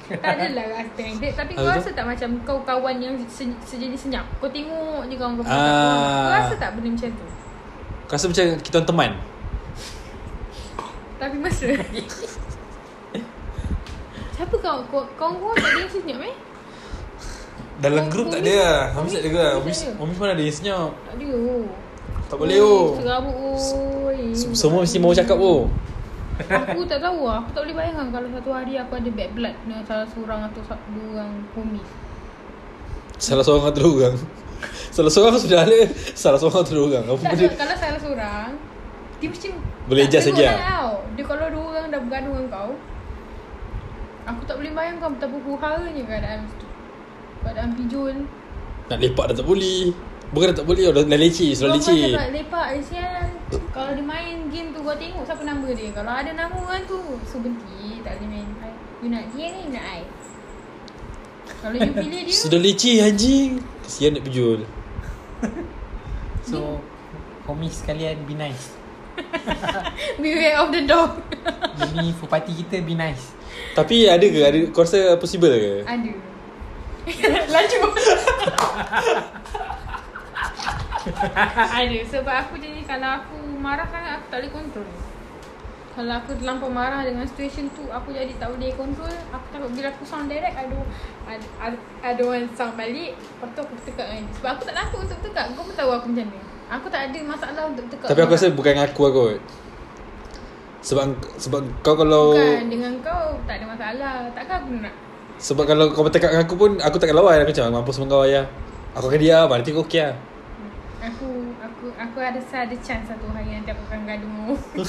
A: tak lah, adalah rasa pendek Tapi
B: Ah,
A: kau
B: betul.
A: rasa tak macam Kau kawan yang se- sejenis senyap Kau tengok je kawan kau
B: Ah.
A: Kau rasa tak benda macam tu?
B: Kau rasa macam kita orang teman?
A: Tapi mesra
B: [laughs]
A: Siapa kau? Kau kau kau tak ada yang senyap eh?
B: Dalam
A: Oh,
B: grup tak
A: Omis-
B: ada lah Hamis tak ada lah
A: Omis
B: Hamis
A: tak ada.
B: Hamis mana ada yang senyap
A: Tak ada oh.
B: Tak boleh oh
A: Serabut oi
B: Semua mesti mau cakap oh
A: Aku tak tahu lah Aku tak boleh bayangkan Kalau satu hari aku ada bad blood Dengan salah seorang atau satu orang homies
B: Salah seorang atau dua orang [laughs] Salah seorang sudah ada Salah seorang atau dua orang Apa
A: Tak
B: benda
A: tahu Kalau salah seorang Dia macam
B: Boleh adjust lagi
A: lah
B: lah.
A: tau. Dia kalau dua orang dah bergaduh dengan kau Aku tak boleh bayangkan Betapa huharanya keadaan macam tu Keadaan pijol
B: Nak lepak dah tak boleh Bukan dah tak boleh oh. Dah, dah leceh
A: Kau
B: Sudah leceh
A: macam nak lepak eh, Sial Kalau dia main game tu Kau tengok siapa nama dia Kalau ada nama kan tu So benci Tak boleh main I- You nak dia ni you nak I Kalau you pilih dia
B: Sudah leceh anjing Kesian nak pejul
C: So Homies sekalian be nice
A: Beware of the dog
C: Ini [laughs] for party kita be nice
B: Tapi ada ke ada, Kau rasa possible ke
A: Ada Laju Ada Sebab aku jenis Kalau aku marah sangat Aku tak boleh control Kalau aku terlampau marah Dengan situation tu Aku jadi tak boleh control Aku takut bila aku sound direct Ada ada, ada, ada orang sound balik Lepas tu aku bertekak dengan dia Sebab aku tak takut untuk bertekak Kau pun tahu aku macam mana Aku tak ada masalah untuk bertekak
B: Tapi aku rasa bukan dengan aku lah kot Sebab Sebab kau kalau
A: Bukan Dengan kau Tak ada masalah Takkan aku nak
B: Sebab kalau kau bertekak dengan aku pun Aku takkan lawan Aku macam mampus dengan kau ayah Aku akan diam Nanti kau okey lah
A: Aku aku aku ada ada chance satu hari nanti aku akan gaduh dengan
B: [laughs]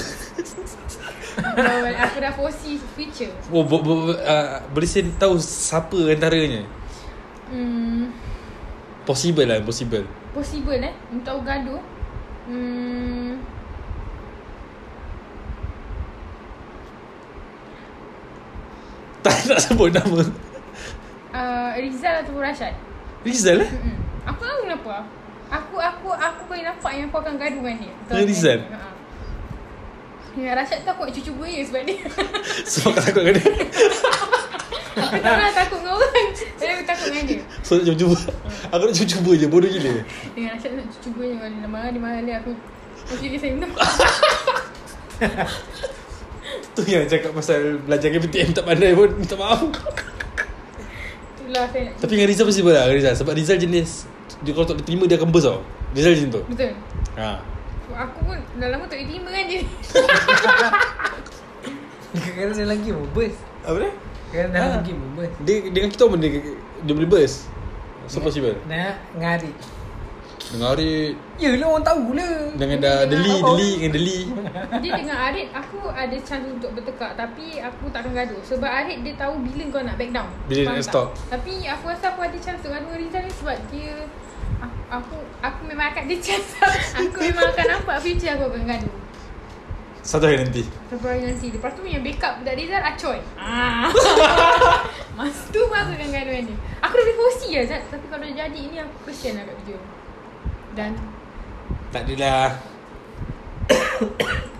A: orang. Bawal, aku dah foresee future.
B: oh, bo, bo, bo, uh, Boleh saya tahu Siapa antaranya
A: Hmm,
B: Possible lah Possible
A: possible eh untuk aku gaduh. Hmm.
B: [laughs] Tak nak sebut nama
A: Uh, Rizal ataupun Rashad.
B: Rizal eh
A: Mm-mm. Aku tahu kenapa. Aku aku aku boleh nampak yang aku akan gaduh dengan dia.
B: Dengan Rizal?
A: Ha. Ya, Rashad tu aku nak cucu buaya sebab dia. [laughs]
B: Sebab kau takut dengan dia
A: aku tak pernah takut dengan orang. Tapi aku takut dengan dia.
B: So nak cuba Aku nak cuba-cuba je Bodoh gila
A: Dengan Rashad nak cucu buaya dengan dia. Dia marah, dia marah dia. Aku Okey, okay, saya minum.
B: Tu yang cakap pasal Belajar KPTM tak pandai pun Minta maaf
A: Itulah saya nak
B: Tapi dengan Rizal possible lah dengan Rizal Sebab Rizal jenis Dia kalau tak diterima Dia akan burst tau Rizal jenis tu
A: Betul
B: ha.
A: Aku pun dah lama tak boleh terima kan dia [laughs]
C: Kadang-kadang dalam game pun burst
B: Apa dia?
C: Kadang-kadang
B: Ah.
C: dalam game pun burst
B: Dia dengan kita pun dia, dia boleh burst So possible
C: Nak ngarik
B: Dengan Arif
C: Yelah orang tahulah
B: Dengan dah Deli Deli Dengan Deli
A: Dia dengan Arid Aku ada chance untuk bertekak Tapi aku takkan gaduh Sebab Arid dia tahu Bila kau nak back down
B: Bila
A: Faham
B: nak
A: tak?
B: stop.
A: Tapi aku rasa aku ada chance Untuk gaduh dengan Rizal ni Sebab dia aku, aku aku memang akan ada chance [laughs] Aku memang akan nampak Future aku akan gaduh
B: Satu hari nanti
A: Satu hari nanti Lepas tu punya backup Budak Rizal acoy ah. [laughs] Masa tu pun aku akan gaduh dengan dia Aku dah boleh foresee lah Zat. Tapi kalau jadi ni Aku kesian lah kat video Dan
B: Tak adalah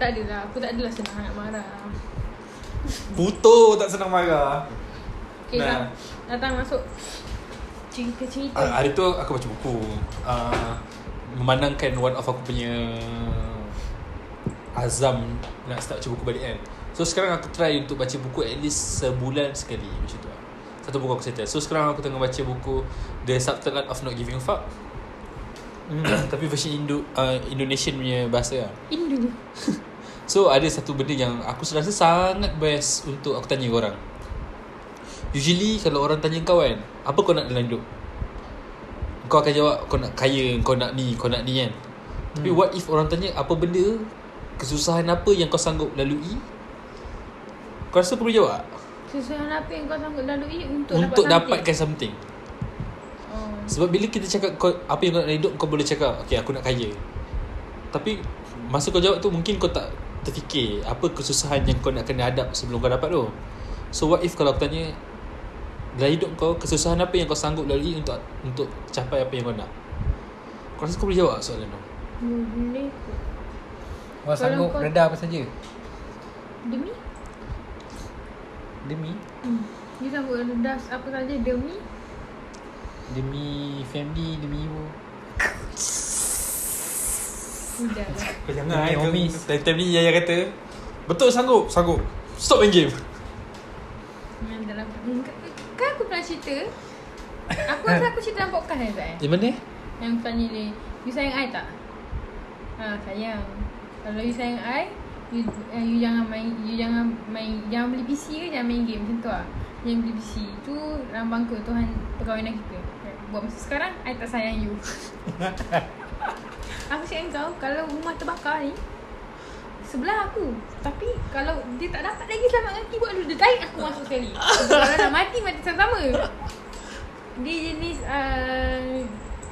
A: Tak adalah Aku tak adalah senang nak marah
B: Buto tak senang marah
A: Okay
B: Nah.
A: nah. Datang masuk Cerita-cerita
B: Ah, Hari tu aku baca buku uh, Memandangkan one of aku punya Azam Nak start baca buku balik kan So sekarang aku try untuk baca buku At least sebulan sekali Macam tu lah Satu buku aku settle So sekarang aku tengah baca buku The Subtle Art of Not Giving a Fuck [clears throat] Tapi version Indo, uh, Indonesian punya bahasa lah
A: Indu
B: So ada satu benda yang aku rasa sangat best untuk aku tanya orang Usually kalau orang tanya kau kan Apa kau nak dalam hidup? Kau akan jawab kau nak kaya, kau nak ni, kau nak ni kan Tapi what if orang tanya apa benda Kesusahan apa yang kau sanggup lalui Kau rasa perlu jawab?
A: Kesusahan apa yang kau sanggup lalui Untuk,
B: Untuk, untuk
A: dapat
B: dapatkan something
A: oh.
B: Sebab bila kita cakap kau, apa yang kau nak dalam hidup Kau boleh cakap okay aku nak kaya Tapi masa kau jawab tu mungkin kau tak terfikir Apa kesusahan yang kau nak kena hadap sebelum kau dapat tu So what if kalau aku tanya Dalam hidup kau kesusahan apa yang kau sanggup lalui Untuk untuk capai apa yang kau nak Kau rasa kau boleh jawab soalan tu
A: Ya, Boleh
C: Orang sanggup
A: kau-
C: reda apa saja
A: Demi
C: Demi
A: hmm. Dia sanggup rendah apa saja Demi
C: Demi family Demi ibu
A: Sudah lah
B: Kau
C: jangan, eh.
B: Time ni Yaya kata Betul sanggup Sanggup Stop main game
A: Yang dalam Hmm, Kan aku pernah cerita Aku rasa aku cerita dalam podcast ni Zat eh?
B: Yang mana?
A: Yang aku tanya dia You sayang I tak? Ha sayang Kalau you sayang I you, uh, you jangan main you jangan main jangan beli PC ke jangan main game macam tu lah. Jangan beli PC. Tu rambang ke Tuhan perkahwinan kita. Buat masa sekarang I tak sayang you. aku cakap dengan kau kalau rumah terbakar ni sebelah aku. Tapi kalau dia tak dapat lagi selamatkan keyboard dulu dia tarik aku masuk sekali. kalau dah mati mati sama-sama. Dia jenis uh,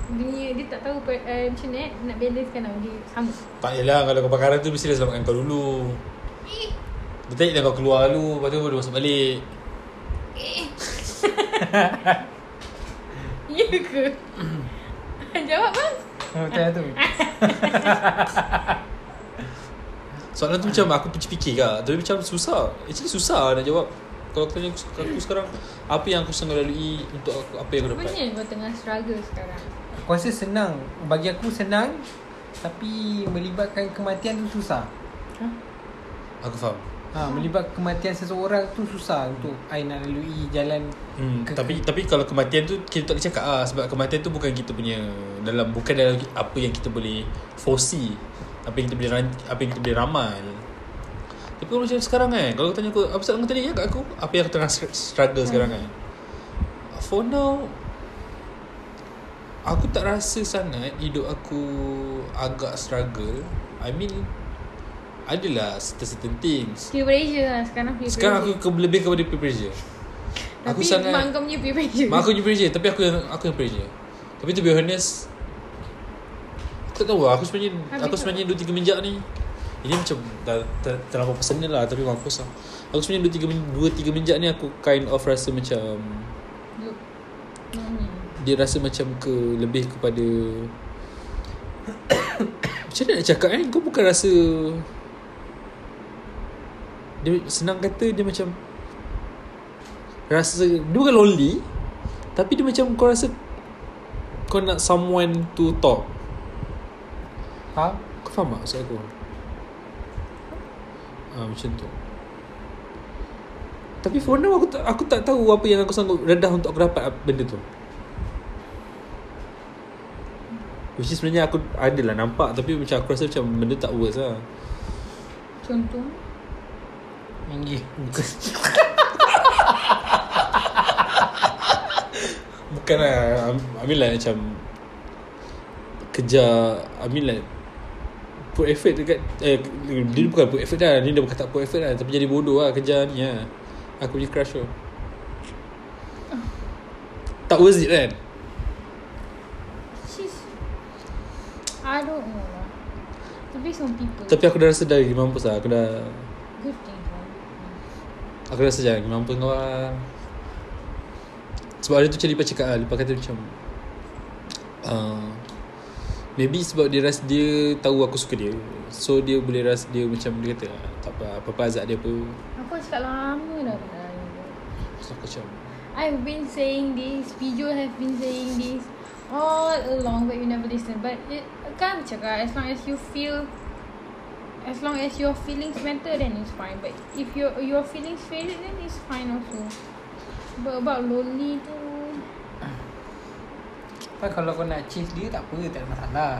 A: dunia dia tak tahu per, uh, macam mana eh, nak balancekan tau dia sama. [laughs]
B: Tak yelah kalau kebakaran tu Mesti dia selamatkan kau dulu
A: Eh,
B: Dia tarik dah kau keluar dulu Lepas tu baru masuk balik
A: Eh. ya ke? [coughs] Jawab bang.
C: Ha, Macam tu
B: Soalan tu macam aku fikir kak Tapi macam susah Actually susah nak jawab Kalau aku tanya aku, aku sekarang Apa yang aku sanggup lalui Untuk aku Apa yang aku dapat
A: Sebenarnya kau tengah struggle sekarang.
C: Aku rasa senang Bagi aku senang Tapi melibatkan kematian tu susah
A: Ha?
B: Aku faham
C: Ha, melibat kematian seseorang tu susah untuk I nak lalui jalan
B: Hmm, tapi tapi kalau kematian tu kita tak boleh cakap ah sebab kematian tu bukan kita punya dalam bukan dalam apa yang kita boleh foresee apa yang kita boleh ran, apa yang kita boleh ramal tapi kalau macam sekarang kan kalau kau tanya aku apa soalan kau tadi ya kat aku apa yang aku tengah str- struggle hmm. sekarang kan for now aku tak rasa sangat hidup aku agak struggle I mean adalah certain, certain things
A: Peer pressure lah sekarang peer
B: sekarang aku
A: pressure.
B: ke, lebih kepada peer pressure
A: Tapi mak kau punya peer [laughs] pressure.
B: Mak aku je pressure Tapi aku yang Aku yang pressure Tapi to be honest Aku tak tahu lah Aku sebenarnya
A: Habis
B: Aku
A: tu.
B: sebenarnya 2-3 minjak ni Ini macam dah, ter, Terlalu personal lah Tapi mampus lah Aku sebenarnya 2-3 minjak ni Aku kind of rasa macam
A: Look. Mami.
B: Dia rasa macam ke Lebih kepada [coughs] Macam mana nak cakap kan Kau bukan rasa Dia senang kata Dia macam Rasa Dia bukan lonely Tapi dia macam Kau rasa Kau nak someone to talk
C: ha?
B: Kau faham tak maksud aku ha, Macam tu Tapi for now aku tak, aku tak tahu Apa yang aku sanggup redah untuk aku dapat ap- Benda tu Which is sebenarnya aku adalah nampak Tapi macam aku rasa macam benda tak worth lah
A: Contoh.
C: Inggi Bukan [laughs]
B: Bukan lah I- I mean like macam Kejar I mean like Put effort dekat eh, Dia bukan put effort lah Dia dah bukan tak put effort lah Tapi jadi bodoh lah Kejar ni lah Aku punya crush tu Tak worth it kan
A: She's. I don't know lah. Tapi some people.
B: Tapi aku dah rasa dah gila mampus lah Aku dah
A: Good thing. lah.
B: Aku rasa dah gila mampus kau lah Sebab hari tu macam Lipa cakap lah Lipa kata macam uh, Maybe sebab dia rasa dia tahu aku suka dia So dia boleh rasa dia macam dia kata "Ah, Tak apa, apa-apa azab dia apa
A: Aku cakap lama dah aku nak ni.
B: So aku macam
A: I've been saying this Pijo have been saying this All along But you never listen But it Kan macam cakap As long as you feel As long as your feelings matter Then it's fine But if your your feelings fail Then it's fine also But about lonely tu
C: Kan kalau kau nak chase dia tak apa Tak ada masalah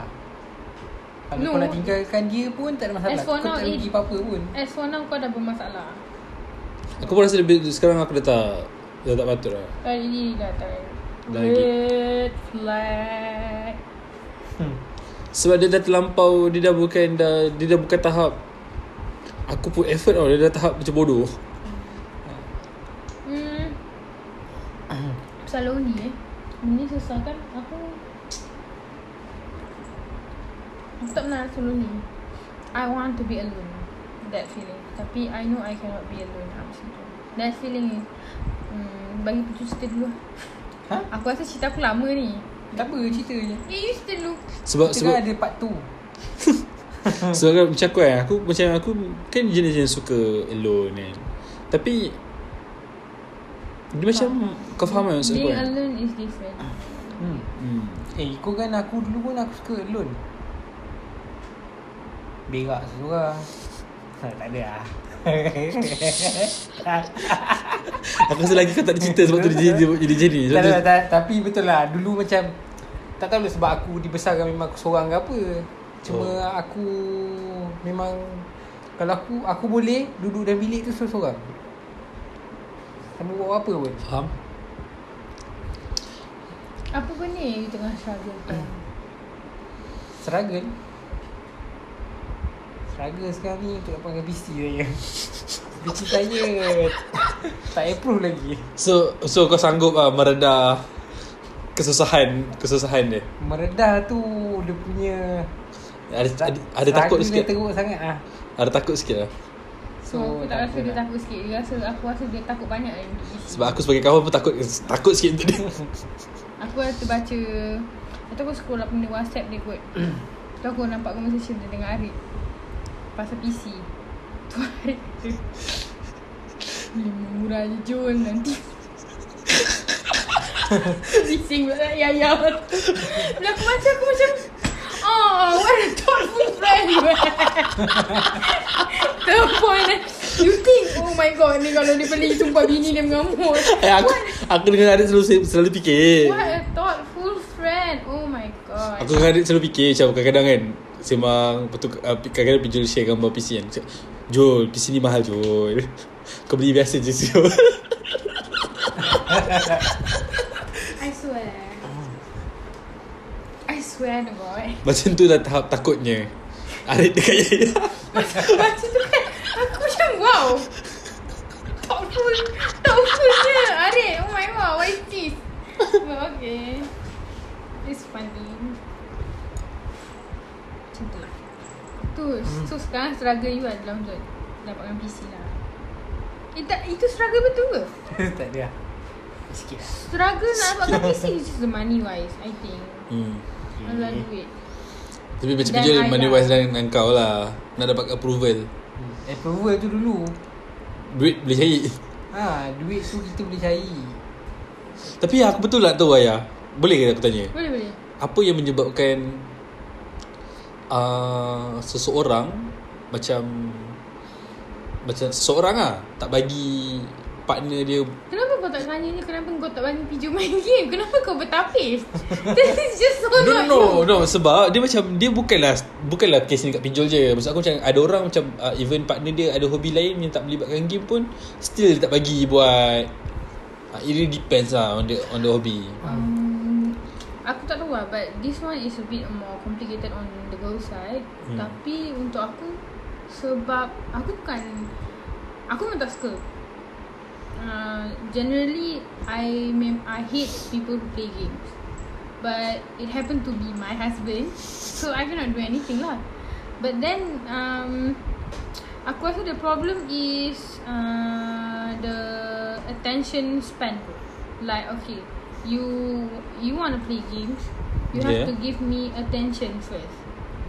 C: Kalau
A: No.
C: kau nak tinggalkan dia pun tak ada masalah
A: As for
C: Kau
A: now,
C: tak
A: it-
C: rugi apa-apa pun
A: As for now kau dah bermasalah
B: Aku pun rasa lebih Sekarang aku dah tak Dah tak patut lah
A: Kali ni dah tak
B: Dah
A: Red flag
B: Sebab dia dah terlampau Dia dah bukan dah, Dia dah bukan tahap Aku put effort tau Dia dah tahap macam bodoh
A: Hmm Pasal lonely eh Ini susah kan Aku Aku tak pernah rasa lonely I want to be alone That feeling Tapi I know I cannot be alone ah, macam tu. That feeling is hmm, Bagi putus cerita dulu lah.
C: Ha?
A: Aku rasa cerita aku lama ni
C: Tak apa cerita je
A: Eh you cerita dulu
B: Sebab
C: Kita
B: sebab
C: kan ada part 2
A: Hmm.
B: Sebab kan, macam aku kan Aku macam aku Kan jenis yang suka Alone kan Tapi Dia macam Kau faham kan maksud aku
A: Being
B: kan
A: alone is different
C: hmm.
B: hmm.
C: Eh kau kan aku dulu pun aku suka alone Berak seorang ha, Tak ada
B: [laughs]
C: lah
B: Aku rasa lagi kau tak ada cerita Sebab tu dia jadi Jadi jadi
C: tak, tak, tak, Tapi betul lah Dulu macam Tak tahu lah sebab aku dibesarkan memang aku seorang ke apa Cuma
B: Oh.
C: aku Memang Kalau aku Aku boleh Duduk dalam bilik tu seorang-seorang Sama buat apa pun
B: Faham?
A: Apa pun ni you tengah struggle tu?
C: Struggle Struggle sekarang ni Untuk nak panggil PC saya PC saya Tak approve lagi
B: So so kau sanggup uh, meredah kesusahan kesusahan dia.
C: Meredah tu Dia punya
B: Ada ada, ada takut
C: struggle dia
B: sikit.
C: teruk sangat ah.
B: Ada takut sikit lah.
A: So, Hmm, aku tak rasa
C: apa
A: dia
C: [laughs] lah.
A: takut sikit. Dia rasa aku rasa dia takut banyak lagi.
B: Sebab aku sebagai kawan pun takut takut sikit untuk dia. [laughs]
A: Aku ada terbaca Atau aku scroll up benda whatsapp dia kot Tu aku nampak conversation dia dengan Arif Pasal PC Tu Arif tu Lima murah je Jun nanti Bising pula ya ya Dan aku macam aku macam Oh, what a thoughtful friend [laughs] you have. The point that You think Oh my god ni Kalau dia beli Sumpah bini dia mengamuk
B: eh aku aku dengan Adik selalu selalu fikir.
A: What a thoughtful friend. Oh my god.
B: Aku dengan adik selalu fikir macam kadang-kadang kan Sembang Lepas tu uh, kadang-kadang Pijul share gambar PC kan Cakap, Jul PC ni mahal Jul [laughs] Kau beli biasa je Jul
A: I swear. Oh. I swear to [laughs] God.
B: [laughs] Macam tu dah tahap takutnya Adik dekat Yaya
A: Macam tu kan. Aku macam wow. Thoughtful. Thoughtful je. Arif. Oh my god. What is this? But okay. It's funny. Macam tu. Tu. So sekarang struggle you adalah untuk dapatkan PC lah. Eh, tak, itu struggle betul ke?
C: Tak ada lah. Sikit lah
A: Struggle nak dapatkan PC is just the money wise, I think.
B: [laughs] hmm.
A: Masalah duit.
B: Tapi macam
A: Dan
B: Pijul
A: ayah.
B: Money wise dan dengan kau lah Nak dapat approval
C: Hmm. Approval tu dulu
B: Duit boleh cari [laughs]
C: Ha, duit tu kita boleh cari
B: Tapi ya, aku betul nak tahu Ayah Boleh ke aku tanya
A: Boleh boleh.
B: Apa yang menyebabkan uh, Seseorang Macam Macam seseorang lah Tak bagi Partner dia
A: Kenapa kau tak tanya ni kenapa kau tak bagi piju main [laughs] game? Kenapa kau bertapis?
B: [laughs]
A: This is just so
B: Oh, No no
A: not
B: no,
A: you.
B: no sebab dia macam dia bukanlah bukanlah kes ni kat pinjol je. Maksud aku macam ada orang macam uh, even partner dia ada hobi lain yang tak melibatkan game pun still tak bagi buat. Uh, it really depends lah on the on the hobby.
A: Um, aku tak tahu lah but this one is a bit more complicated on the girl side.
B: Hmm.
A: Hmm. Tapi untuk aku sebab aku bukan aku memang tak suka. Uh, generally I mem I hate people who play games. But it happened to be my husband So I cannot do anything lah But then um, Aku rasa the problem is uh, The attention span Like okay You you want to play games You have
B: Yeah.
A: to give me attention first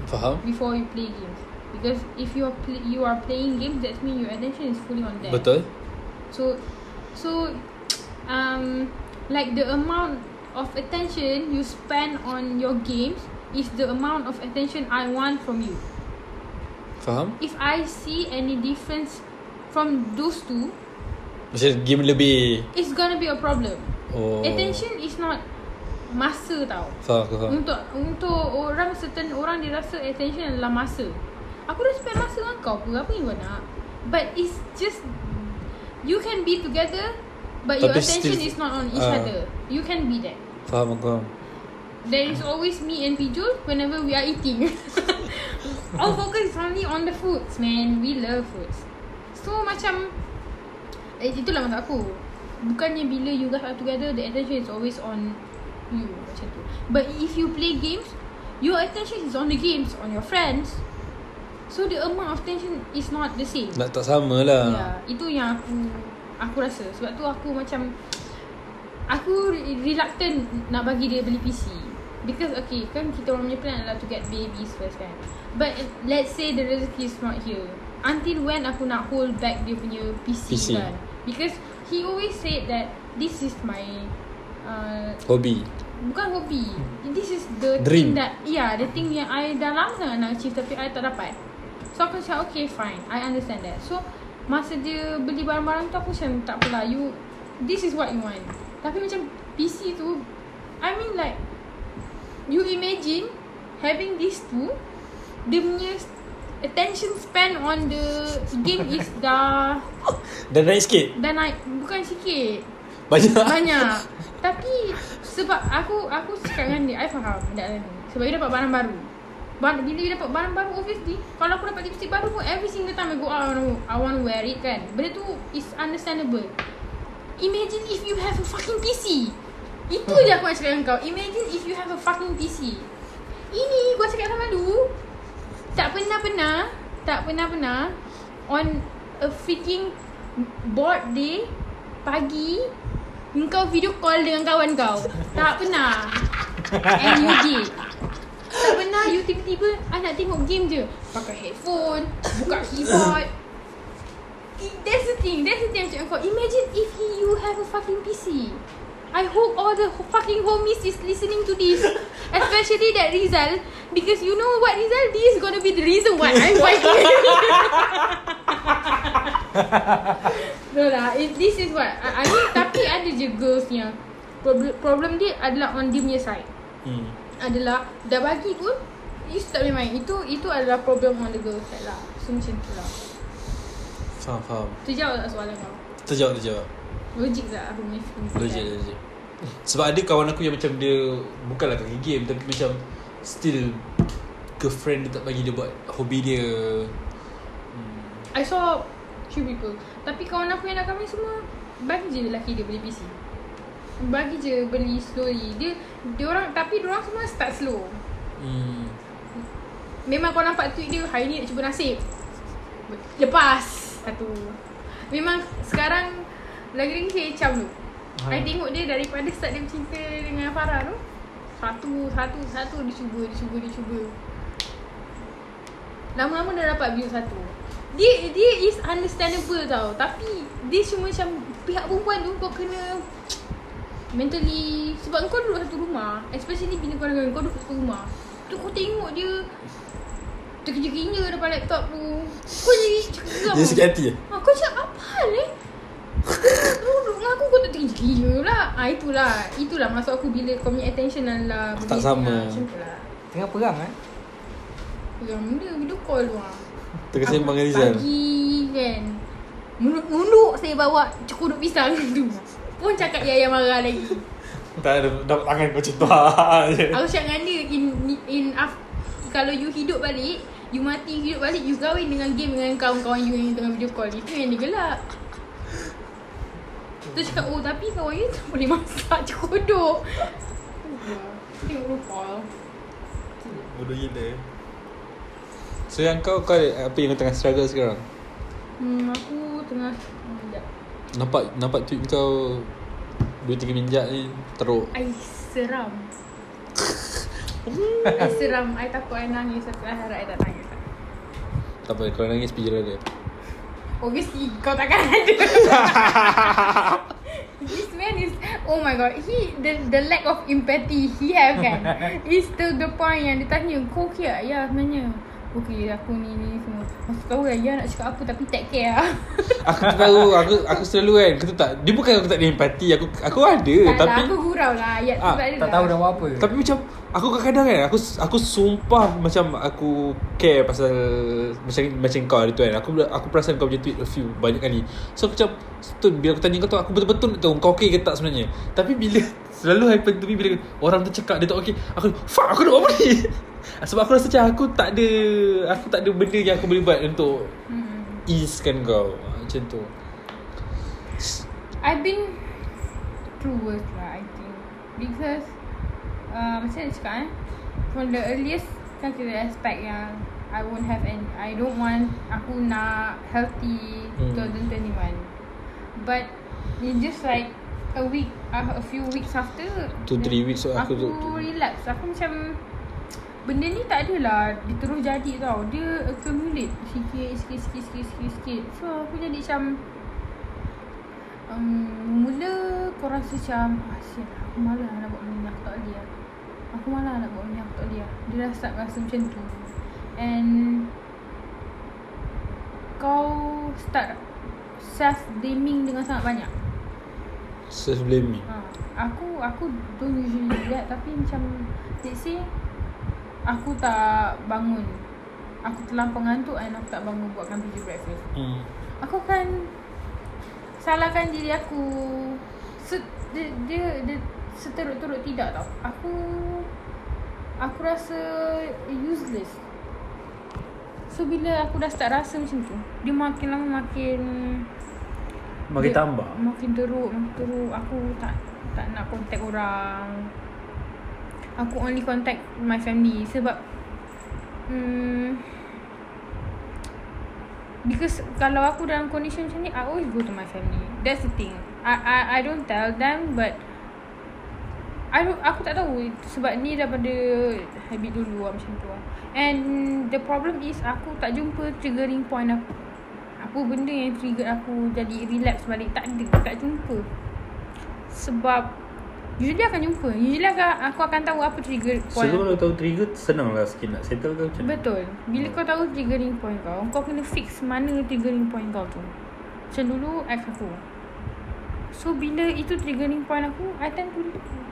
B: Faham?
A: Before you play games Because if you are pl- you are playing games That means your attention is fully on that
B: Betul?
A: So so um like the amount of attention you spend on your games is the amount of attention I want from you.
B: Faham?
A: If I see any difference from those two,
B: Macam game lebih
A: it's gonna be a problem.
B: oh.
A: Attention is not masa tau.
B: Faham aku faham.
A: Untuk untuk orang certain orang dia rasa attention adalah masa. Aku dah spend masa dengan kau ke apa yang kau nak. But it's just you can be together but your
B: Tapi
A: attention
B: still-
A: is not on each
B: Ah.
A: other. You can be that.
B: Faham aku faham.
A: There is always me and Pijul whenever we are eating. Our focus is only on the foods, man. We love foods. So macam eh, itulah maksud aku. Bukannya bila you guys are together, the attention is always on you macam tu. But if you play games, your attention is on the games, on your friends. So the amount of tension is not the same.
B: Nak tak sama lah.
A: Ya, itu yang aku aku rasa. Sebab tu aku macam aku re- reluctant nak bagi dia beli PC. Because okay, kan kita orang punya plan adalah to get babies first kan. But let's say the rezeki is not here. Until when aku nak hold back dia punya PC,
B: PC.
A: kan. Because he always said that this is my uh,
B: Hobi.
A: Bukan hobi This is the
B: Dream.
A: thing that Yeah the thing yang I dah lama sangat nak achieve Tapi I tak dapat So aku cakap okay fine I understand that So Masa dia beli barang-barang tu Aku macam tak apalah You This is what you want Tapi macam PC tu I mean like You imagine Having these two Dia punya attention span on the game is dah
B: Dan naik sikit
A: dah naik bukan sikit
B: Banyak
A: banyak tapi sebab aku aku cakap dengan dia I faham benda ni sebab dia dapat barang baru Bar- bila dia dapat barang baru obviously kalau aku dapat lipstick baru pun every single time I go out I want to- I want to wear it kan benda tu is understandable imagine if you have a fucking PC itu je aku nak cakap dengan kau imagine if you have a fucking PC ini gua cakap sama lu tak pernah-pernah tak pernah-pernah on a freaking board day pagi engkau video call dengan kawan kau tak pernah and you did tak pernah you tiba-tiba ah, nak tengok game je pakai headphone buka keyboard I- That's the thing That's the thing macam kau Imagine if he, you have a fucking PC I hope all the ho- fucking homies is listening to this Especially that Rizal Because you know what Rizal This is gonna be the reason why I'm fighting No lah if This is what I, I mean Tapi ada je girls yang problem, problem dia adalah on dia punya side
B: [laughs] hmm.
A: Adalah Dah bagi pun You tak boleh main Itu itu adalah problem on the girl side lah So macam tu lah
B: Faham faham
A: Tu jawab tak soalan kau
B: Terjawab terjawab
A: Logik tak aku punya feeling kan.
B: Legit legit Sebab ada kawan aku yang macam dia Bukanlah kaki game Tapi macam Still Girlfriend dia tak bagi dia buat Hobi dia hmm.
A: I saw few people Tapi kawan aku yang nak kahwin semua Bagi je lelaki dia beli PC Bagi je beli slowly Dia Diorang Tapi diorang semua start slow
B: Hmm.
A: Memang kau nampak tweet dia Hari ni nak cuba nasib Lepas Satu Memang sekarang Lagi-lagi kecam tu
B: Ha.
A: I tengok dia daripada start dia bercinta dengan Farah tu Satu, satu, satu Dia cuba, dia cuba, dia cuba Lama-lama dah dapat view satu Dia dia is understandable tau Tapi Dia cuma macam Pihak perempuan tu kau kena Mentally Sebab kau duduk satu rumah Especially bila kau dengan kau duduk satu rumah Tu kau tengok dia Terkejut-kejut depan laptop tu Kau jadi cakap
B: Dia sakit hati eh?
A: Aku cakap apa hal eh [laughs] Kau duduk dengan aku kau tak terkejut-kejut pula ah, Itulah Itulah maksud aku bila kau punya attention adalah
B: Tak
A: berbeza.
B: sama.
A: Ah, Macam tu lah
C: Tengah perang eh
A: Pegang benda video call tu ah.
B: Terkesembang dengan
A: Aku
B: Rizal
A: Pagi kan Menunduk saya bawa cukuruk pisang [laughs] tu Pun cakap Yaya marah lagi
B: Tak ada Dapat tangan kau macam [laughs] tu Ah, je.
A: Aku cakap dengan dia in, in af, Kalau you hidup balik You mati hidup balik You kahwin dengan game Dengan kawan-kawan you yang tengah video call Itu yang dia gelak Tu cakap oh tapi kawan you tak boleh masak cukuruk Tengok rupa
B: Bodoh gila eh. So yang kau Kau ada- apa yang kau tengah struggle sekarang
A: Hmm aku tengah hmm, sekejap.
B: Nampak Nampak tweet kau 2-3 minjat ni Teruk
A: I seram I seram I takut I nangis Tapi I harap I tak nangis lah.
B: Tak apa Kalau nangis pijilah dia
A: Obviously kau takkan ada This man is Oh my god He The the lack of empathy He have kan Is to the point Yang dia tanya Kau okay tak? Ya sebenarnya Okay aku ni ni semua Aku tahu lah Ya nak cakap apa Tapi take care lah
B: Aku tak tahu Aku aku selalu kan Kau tahu tak Dia bukan aku tak ada empati Aku aku ada
A: [laughs] Tak
B: Ya, Tapi
A: lah aku gurau lah Ya
B: Ah,
A: sebab dia
C: Tak
A: lah.
C: tahu nak buat apa
B: Tapi macam Aku kadang-kadang kan Aku aku sumpah Macam aku Care pasal Macam macam kau hari tu kan Aku aku perasan kau punya tweet A few Banyak kali So aku macam Stun bila aku tanya kau tu Aku betul-betul nak tahu Kau okay ke tak sebenarnya Tapi bila Selalu happen to me Bila orang tu cakap Dia tak okay Aku Fuck aku nak buat apa ni [laughs] Sebab aku rasa macam Aku tak ada Aku tak ada benda yang aku boleh buat Untuk
A: hmm.
B: Easekan kau Macam tu
A: I've been through worse lah I think Because uh, Macam mana cakap eh From the earliest Kan kita expect yang I won't have any I don't want Aku nak healthy
B: Hmm.
A: 2021 But It's just like A week uh, A few weeks after
B: Two, three weeks, so
A: Aku,
B: aku tu- tu-
A: relapse Aku macam Benda ni tak adalah Dia terus jadi tau Dia accumulate Sikit Sikit Sikit Sikit Sikit, sikit. So aku jadi macam um, Mula kau rasa macam ah, Sial lah, aku malas nak buat benda ni Aku tak boleh lah Aku malas nak buat benda ni Aku tak boleh lah Dia dah start rasa macam tu And Kau start Self-blaming dengan sangat banyak
B: Self blaming
A: ha, Aku Aku don't usually do that Tapi macam Let's say Aku tak bangun aku terlampau ngantuk and aku tak bangun buatkan PG breakfast.
B: Hmm.
A: Aku akan salahkan diri aku. Se- dia, dia, dia seteruk-teruk tidak tau. Aku aku rasa useless. So bila aku dah start rasa macam tu, dia makin lama makin
B: Makin
A: dia-
B: tambah.
A: Makin teruk, makin teruk. Aku tak tak nak contact orang. Aku only contact my family sebab hmm, because kalau aku dalam condition macam ni, I always go to my family. That's the thing. I I I don't tell them but I don't, aku tak tahu sebab ni daripada habit dulu lah macam tu lah. And the problem is aku tak jumpa triggering point aku. Apa benda yang trigger aku jadi relapse balik tak ada, tak jumpa. Sebab usually akan jumpa. Usually aku, aku akan tahu apa trigger point.
B: Sebelum kau tahu trigger Senang lah sikit nak settle ke macam mana
A: Betul. Bila kau tahu triggering point kau, kau kena fix mana triggering point kau tu. Macam dulu ex aku. So bila itu triggering point aku, I tend to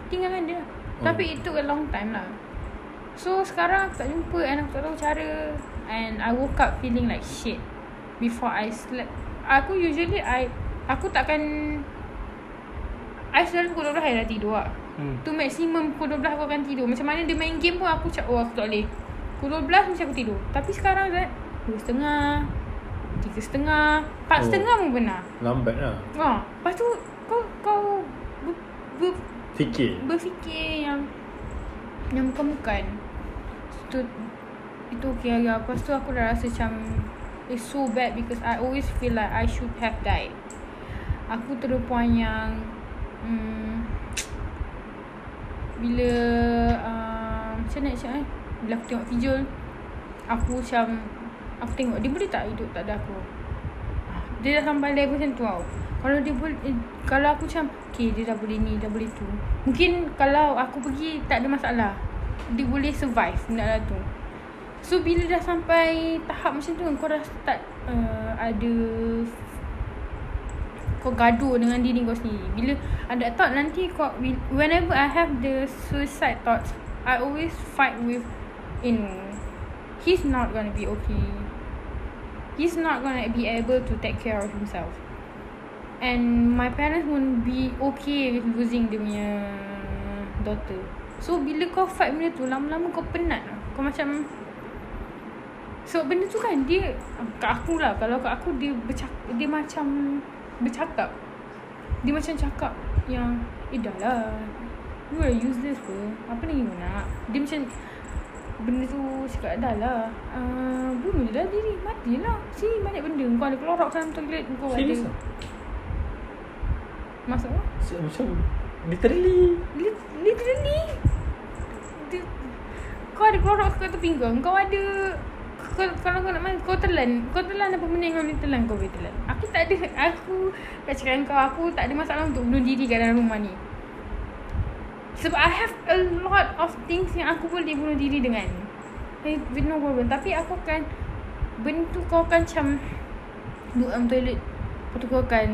A: tinggalkan dia.
B: Oh.
A: Oh. Tapi it took a long time lah. So sekarang aku tak jumpa and aku tak tahu cara and I woke up feeling like shit before I slept. Aku usually I aku takkan I selalu pukul 12 I dah tidur lah
C: Hmm.
A: Tu maksimum pukul 12 aku akan tidur Macam mana dia main game pun aku cakap Oh aku tak boleh Pukul 12 macam aku tidur Tapi sekarang Zat Dua setengah Tiga setengah Empat
B: Oh.
A: oh. setengah pun pernah
B: Lambat lah
A: ha. Lepas tu kau kau ber, ber,
B: Fikir
A: berfikir yang Yang bukan-bukan Itu Itu okay lah Lepas tu aku dah rasa macam It's so bad because I always feel like I should have died Aku to the point yang hmm, Bila uh, Macam mana nak cakap eh Bila aku tengok Fijul Aku macam Aku tengok dia boleh tak hidup tak ada aku Dia dah sampai level macam tu tau Kalau dia boleh eh, Kalau aku macam Okay dia dah boleh ni Dah boleh tu Mungkin kalau aku pergi Tak ada masalah Dia boleh survive Benda lah tu So bila dah sampai Tahap macam tu Kau dah start uh, Ada kau gaduh dengan diri kau sendiri bila ada thought nanti kau whenever I have the suicide thoughts I always fight with you know he's not gonna be okay he's not gonna be able to take care of himself and my parents won't be okay with losing dia punya daughter so bila kau fight benda tu lama-lama kau penat lah kau macam So benda tu kan dia kat aku lah kalau kat aku dia bercak, dia macam bercakap. Dia macam cakap yang eh dah lah. You are useless ke? Apa lagi you nak? Dia macam benda tu cakap dah lah. Uh, bunuh je lah diri. Matilah. Sini banyak benda. Kau ada kelorak dalam toilet. Kau
B: Serius
A: ada.
B: lah
A: Masuk lah.
B: Se- Macam Literally
A: Lit- Literally dia, Kau ada kelorak kat tepi kau Kau ada kau, Kalau kau nak main Kau telan Kau telan apa benda yang kau boleh telan Kau boleh telan Aku tak ada Aku Kat cakap dengan kau Aku tak ada masalah untuk bunuh diri kat dalam rumah ni Sebab I have a lot of things Yang aku boleh bunuh diri dengan Eh, With no problem Tapi aku akan Benda tu kau akan macam Duduk dalam toilet Lepas tu kau akan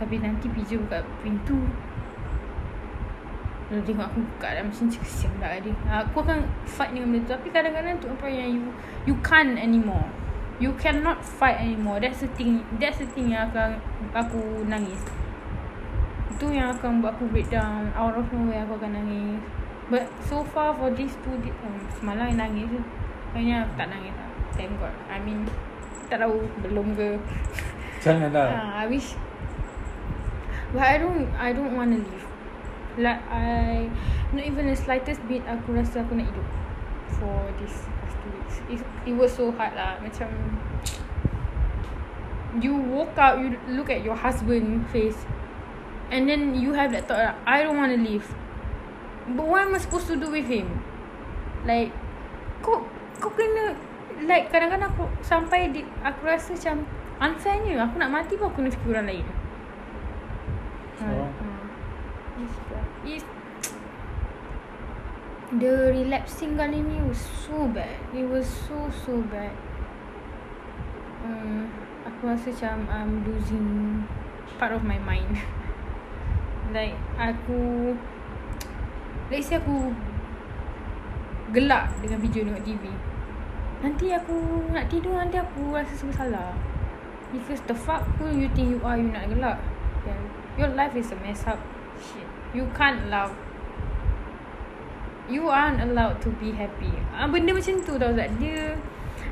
A: Tapi nanti pijak buka pintu dia tengok aku lah, kat dalam sini cakap siang tak ada Ah, Aku akan fight dengan benda tu Tapi kadang-kadang tu apa yang you You can't anymore You cannot fight anymore That's the thing That's the thing yang akan Aku nangis Itu yang akan buat aku breakdown Out of nowhere aku akan nangis But so far for these two di- um, Semalam I nangis je Akhirnya aku tak nangis lah Thank God I mean Tak tahu belum ke
B: Jangan lah
A: Ah, I wish. But I don't I don't want to leave. Like I not even the slightest bit aku rasa aku nak hidup for this past two weeks. It, it was so hard lah. Macam you woke up, you look at your husband face, and then you have that thought. lah, I don't want to leave. But what am I supposed to do with him? Like Kau Kau kena Like kadang-kadang aku Sampai di, Aku rasa macam Unfairnya Aku nak mati pun Aku kena fikir orang lain ha,
B: Faham.
A: ha. It's, The relapsing kali ni Was so bad It was so so bad um, Aku rasa macam I'm losing Part of my mind [laughs] Like Aku Let's say aku gelak dengan video tengok TV Nanti aku nak tidur Nanti aku rasa semua salah Because the fuck who you think you are You nak gelak yeah. Your life is a mess up Shit You can't allow You aren't allowed to be happy ah, Benda macam tu tau Zat Dia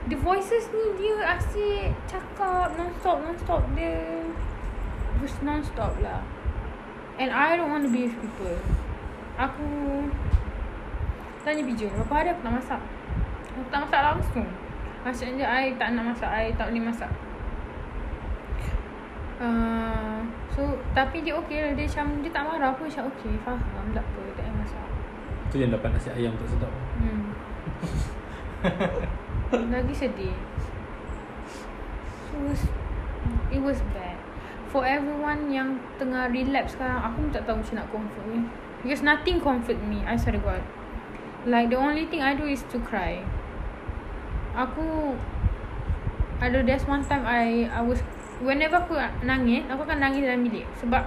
A: The voices ni dia asyik cakap non-stop, non-stop dia Just non-stop lah And I don't want to be with people Aku Tanya pigeon Berapa hari aku tak masak Aku tak masak langsung Maksudnya I tak nak masak I tak boleh masak uh, So Tapi dia okay lah Dia macam Dia tak marah pun Macam okay Faham tak apa Tak payah masak
B: Itu yang dapat nasi ayam tak sedap
A: hmm. Lagi sedih So it was It was bad For everyone yang Tengah relapse sekarang Aku pun tak tahu macam nak comfort ni Because nothing comfort me I swear to God Like the only thing I do is to cry Aku I know there's one time I I was Whenever aku nangis Aku akan nangis dalam bilik Sebab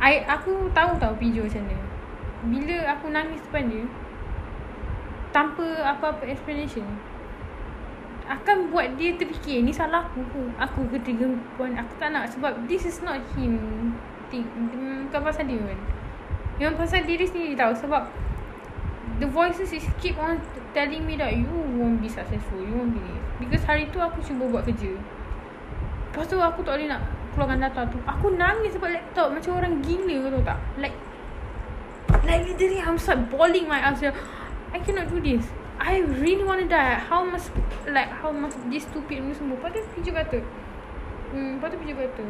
A: I Aku tahu tau Pijo macam mana Bila aku nangis depan dia Tanpa apa-apa explanation Akan buat dia terfikir Ni salah aku ke Aku ke tiga perempuan Aku tak nak Sebab this is not him Think, Bukan pasal dia pun Memang pasal diri sendiri tau Sebab The voices is keep on telling me that you won't be successful, you won't be this. Because hari tu aku cuba buat kerja. Lepas tu aku tak boleh nak keluarkan data tu. Aku nangis sebab laptop macam orang gila kau tahu tak? Like like literally I'm start bawling my eyes. like, I cannot do this. I really want to die. How must like how must this stupid ni semua. Lepas tu Pijo kata. Hmm, lepas tu Pijo kata.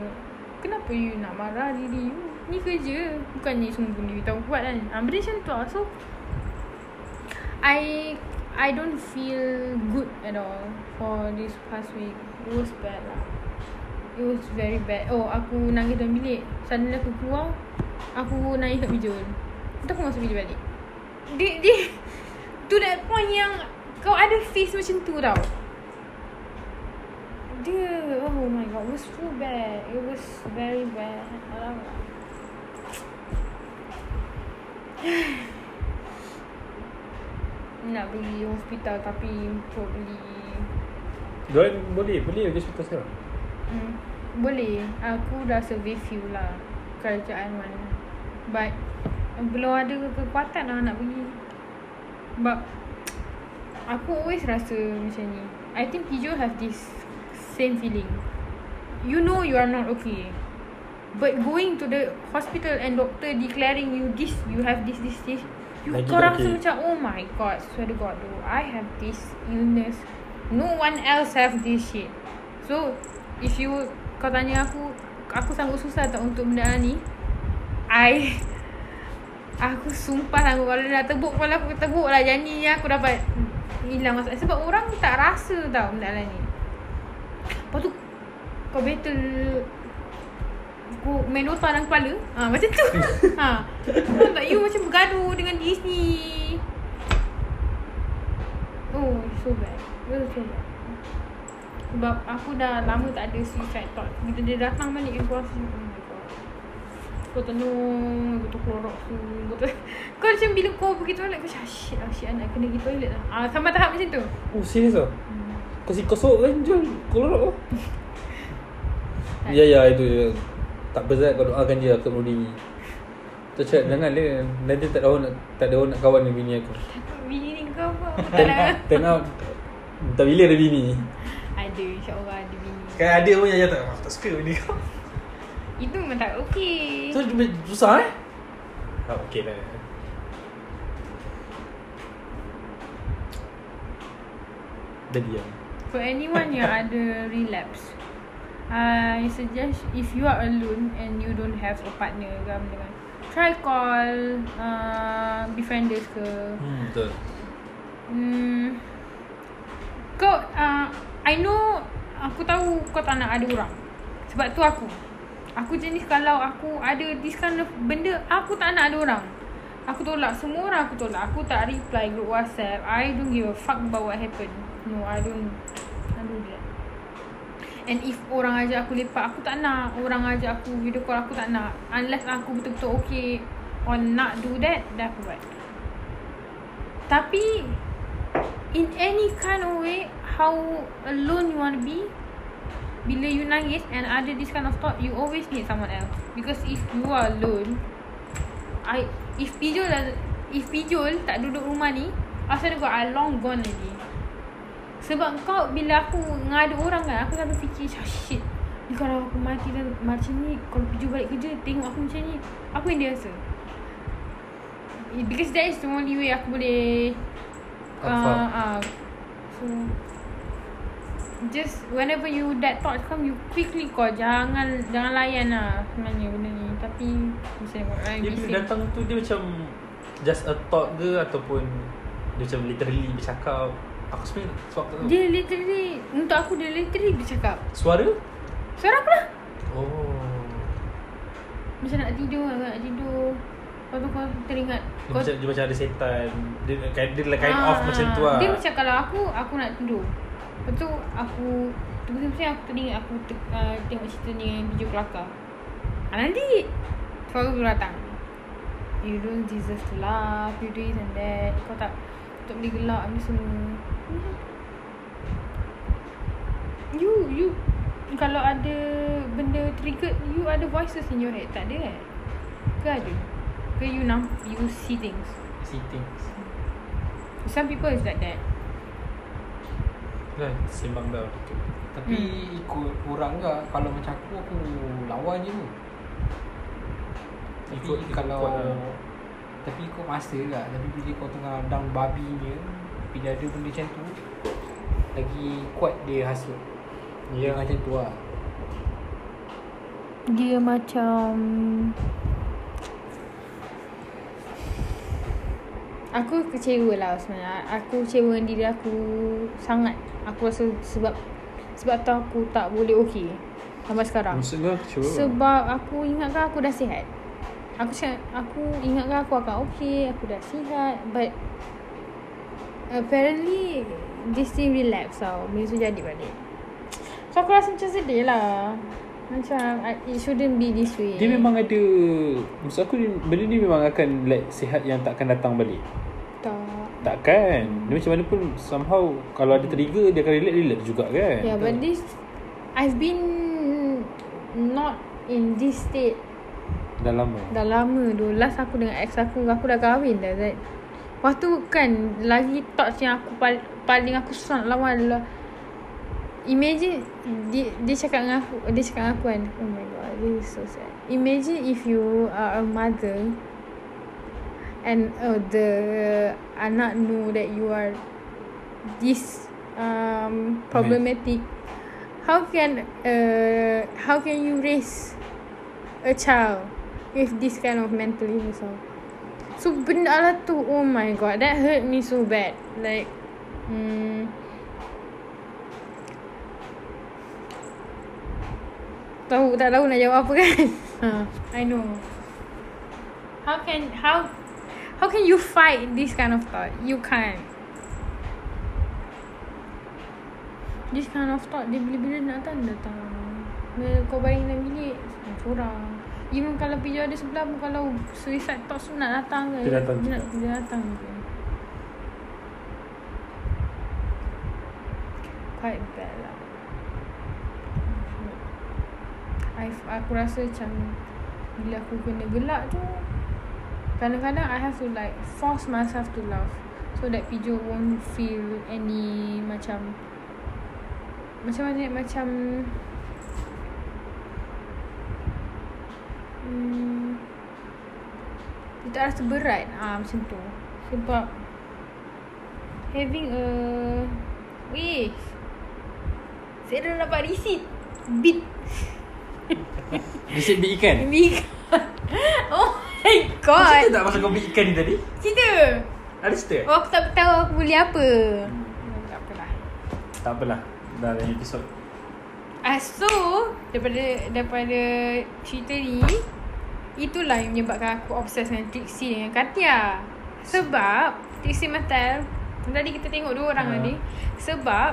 A: Kenapa you nak marah diri you? Ni kerja. Bukannya semua benda you tahu buat kan. Ha, benda macam tu lah. So, I I don't feel good at all for this past week. It was bad lah. It was very bad. Oh, aku nangis dalam bilik. Suddenly aku keluar. Aku nangis kat bijul. Lepas tu aku masuk bilik balik. Dia, dia to that point yang kau ada face macam tu tau. Dia, oh my god, it was so bad. It was very bad. Alamak. [sighs] Nak pergi hospital tapi probably
B: Diorang boleh Boleh pergi hospital sekarang
A: Hmm, boleh. Aku dah survey few lah kerajaan mana. But belum ada kekuatan lah nak pergi. Sebab aku always rasa macam ni. I think Pijo have this same feeling. You know you are not okay. But going to the hospital and doctor declaring you this, you have this, this, this. You
B: Lagi
A: korang
B: tak
A: rasa
B: okay.
A: macam oh my god, swear to god though, I have this illness. No one else have this shit. So If you Kau tanya aku Aku sanggup susah tak Untuk benda ni I Aku sumpah sanggup Kalau dah tebuk Kepala aku tebuk lah Janji yang aku dapat Hilang masalah Sebab orang tak rasa tau Benda ni Lepas tu Kau battle Kau main Dota dalam kepala ha, Macam tu ha. Faham tak you macam bergaduh Dengan diri sendiri Oh so bad Really so bad sebab aku dah lama tak ada suicide thought Bila dia datang balik Aku rasa macam, Oh my god Kau tenung Botol Clorox tu Botol [laughs] Kau macam bila kau pergi toilet Kau macam "Ah, Shit lah shit anak Kena pergi toilet lah ah, Sama tahap macam tu
B: Oh serius lah
A: hmm.
B: Kau si kosok kan Jol
A: [laughs]
B: Kolorok Ya ya itu je Tak berat kau doakan lah dia Aku bunuh diri Tu cakap jangan dia Nanti tak ada orang nak, Tak ada orang nak kawan dengan bini aku
A: Bini kau apa Aku tak
B: Turn, [laughs]
A: nak [laughs]
B: turn out Tak bila ada bini
A: Ada insyaAllah ada bini
B: Sekarang Kan ada pun Yaya tak Tak suka bini kau
A: Itu memang tak okay
B: Tu susah eh Tak okey lah Dah diam
A: For anyone yang ada relapse I suggest if you are alone and you don't have a partner ke apa dengan Try call uh, Befrienders ke
B: Hmm betul
A: Hmm. Kau uh, I know aku tahu kau tak nak ada orang. Sebab tu aku. Aku jenis kalau aku ada this kind of benda aku tak nak ada orang. Aku tolak semua orang aku tolak. Aku tak reply group WhatsApp. I don't give a fuck about what happen. No, I don't. I don't do that. And if orang ajak aku lepak Aku tak nak Orang ajak aku video call Aku tak nak Unless aku betul-betul okay Or nak do that Dah aku buat Tapi in any kind of way how alone you want to be bila you nangis and ada this kind of thought you always need someone else because if you are alone I if pijol dah- if pijol tak duduk rumah ni asal kau I long gone lagi sebab kau bila aku ngada orang kan aku selalu fikir "Syah, shit ni kalau aku mati dan macam ni kalau pijol balik kerja tengok aku macam ni apa yang dia rasa because that is the only way aku boleh
C: Confirm.
A: uh, uh, so just whenever you that thought come you quickly call jangan jangan layan lah sebenarnya benda ni tapi macam what I
B: Dia
A: be
B: bila
A: saying.
B: datang tu dia macam Just a thought ke Ataupun Dia macam literally bercakap Aku sebenarnya sebab tak tahu
A: dia literally untuk aku dia literally bercakap
B: Suara
A: suara aku lah
B: Oh
A: macam nak tidur kan nak tidur lepas tu kau teringat
B: dia
A: kau
B: macam, dia macam ada setan Dia kind, dia kind of
A: Ah,
B: macam tu lah
A: Dia macam kalau aku Aku nak tidur Lepas tu aku Tiba-tiba aku teringat Aku te, uh, tengok cerita ni Yang bijou kelakar ah, Nanti Suara tu datang You don't deserve to laugh You do this and that Kau tak Tak boleh gelak ni semua You You Kalau ada Benda triggered You ada voices in your head Tak ada kan Ke ada Ke you namp- You see things
B: See things
A: Hmm. Some people is like that
B: Kan Sembang dah
C: Tapi hmm. ikut orang ke Kalau macam aku Aku lawan je tu Tapi
B: Ikut-
C: ikut,
B: ikut
C: kalau
B: kau lah.
C: Tapi ikut masa lah Tapi bila kau tengah down babinya Bila ada benda macam tu Lagi kuat dia hasil
B: Ya.
C: Dia macam tu lah
A: Dia macam Aku kecewa lah sebenarnya Aku kecewa dengan diri aku Sangat Aku rasa sebab Sebab tu aku tak boleh okey Sampai sekarang
B: Maksudnya sure.
A: Sebab aku ingatkan aku dah sihat Aku cakap Aku ingatkan aku akan okey Aku dah sihat But Apparently This thing relapse tau Benda tu jadi balik So aku rasa macam sedih lah Macam I- It shouldn't be this way
B: Dia memang ada Maksud aku dia- Benda ni memang akan like, Sihat yang takkan datang balik
A: Tak
B: Takkan Dia macam mana pun Somehow Kalau ada trigger Dia akan relate-relate juga kan
A: Yeah, but this I've been Not in this state
B: Dah lama
A: Dah lama tu Last aku dengan ex aku Aku dah kahwin dah Zaid Lepas tu kan Lagi thoughts yang aku pal- Paling aku susah nak lawan adalah Imagine dia, dia cakap dengan aku Dia cakap dengan aku kan Oh my god This is so sad Imagine if you are a mother And uh, the Anak know that you are This um, Problematic How can uh, How can you raise a child with this kind of mental illness tau. So benda lah tu Oh my god That hurt me so bad Like mm, Tahu tak tahu nak jawab apa kan ha, I know How can How How can you fight This kind of thought You can't This kind of thought Dia bila-bila nak datang dia Datang Bila kau baring dalam bilik Sorang Even kalau pijau ada sebelah pun Kalau suicide thoughts tu nak datang ke
B: Dia datang
A: Dia, nak,
B: juga.
A: dia datang je Quite bad lah I, aku rasa macam Bila aku kena gelak tu Kadang-kadang I have to like Force myself to laugh So that Pijo won't feel any Macam Macam mana Macam hmm, Dia tak rasa berat ah Macam tu Sebab Having a Weh Saya dah dapat receipt Bit
B: [laughs] Receipt beli ikan
A: Bit [laughs] Oh my
B: Kau
A: god
B: Eh, tak pasal kau beli ikan ni tadi
A: Cerita
B: Ada cerita
A: Oh aku tak tahu aku boleh apa Hmm, Tak apalah
B: Tak apalah Dah dalam episod
A: Ah, so daripada daripada cerita ni itulah yang menyebabkan aku obses dengan Trixie dengan Katia. Sebab Trixie Matal tadi kita tengok dua orang
B: Ha.
A: tadi. Sebab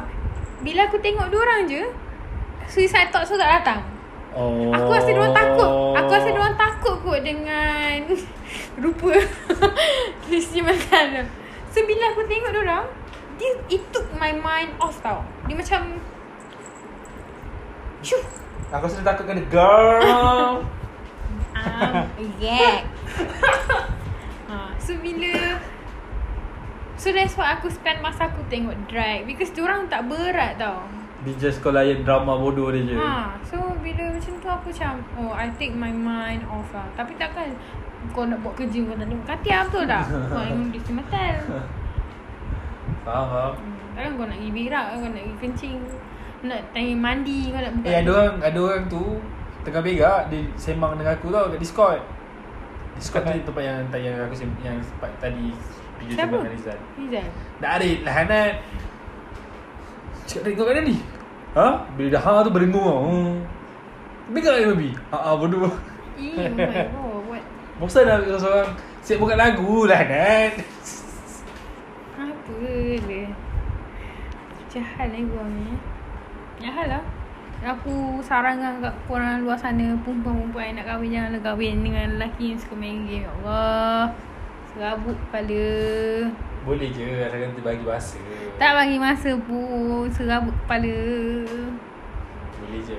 A: bila aku tengok dua orang je suicide thoughts tu tak datang.
B: Oh
A: Aku rasa dia orang takut. Aku rasa dia orang takut kot dengan [laughs] rupa Trixie Matal. So bila aku tengok dia orang Dia, it took my mind off tau Dia macam Shoo
B: Aku rasa dia takut kena girl [laughs]
A: [laughs] Um, yeah. ha, so bila So that's why aku spend masa aku tengok drag Because diorang tak berat tau
D: Dia just kau layan drama bodoh dia je
A: Ha, so bila macam tu aku macam Oh I take my mind off lah Tapi takkan kau nak buat kerja kau nak tengok katia betul tak? Kau nak tengok di metal
D: Faham faham
A: Hmm, Takkan kau nak pergi berak kau nak pergi kencing Nak tanya mandi kau nak buka
B: Eh ada orang Ada orang tu Tengah berak Dia sembang dengan aku tau Kat Discord Discord tu tempat yang Yang aku sem- Yang tempat tadi Video
A: Siapa?
B: sembang dengan Rizal
A: Rizal
B: Dah ada lah Hanat Cakap tengok kat ni Ha? Bila dah ha tu berengung tau hmm. Berak dia babi Ha ha
A: Eh
B: bodoh
A: oh my god what
B: Bosan dah kalau seorang Siap buka lagu lah Hanat
A: Apa dia Jahat eh korang ni eh. Jahat lah Aku sarankan kat korang luar sana Perempuan-perempuan yang nak kahwin Janganlah kahwin dengan lelaki yang suka main game Ya Allah Serabut kepala
B: Boleh je Asalkan dia bagi bahasa
A: Tak bagi masa pun Serabut kepala
B: Boleh je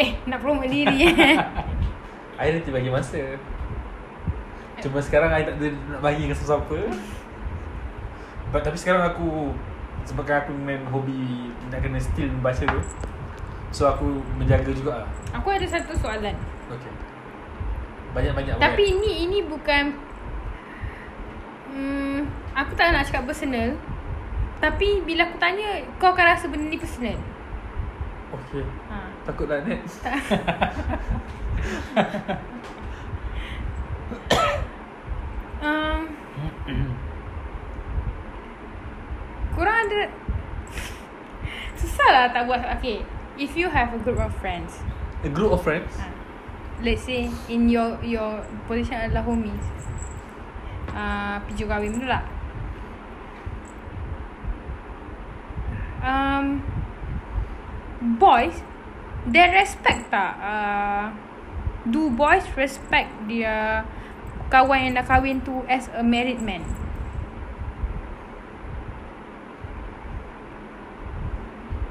A: Eh nak promote diri eh
B: I nanti bagi masa Cuma sekarang I tak ada nak bagi dengan siapa-siapa But, Tapi sekarang aku Sebabkan aku main hobi Nak kena still membaca tu So aku menjaga juga lah
A: [laughs] Aku ada satu soalan
B: Okay Banyak-banyak
A: Tapi ini ini bukan hmm, Aku tak nak cakap personal Tapi bila aku tanya Kau akan rasa benda ni personal
B: Okay
A: ha.
B: Takut lah net
A: Um, korang ada [laughs] Susah lah tak buat Okay If you have a group of friends
B: A group of friends
A: ha. Let's say In your your position adalah homies uh, Piju kahwin pula um, Boys They respect tak uh, Do boys respect Dia Kawan yang dah kahwin tu As a married man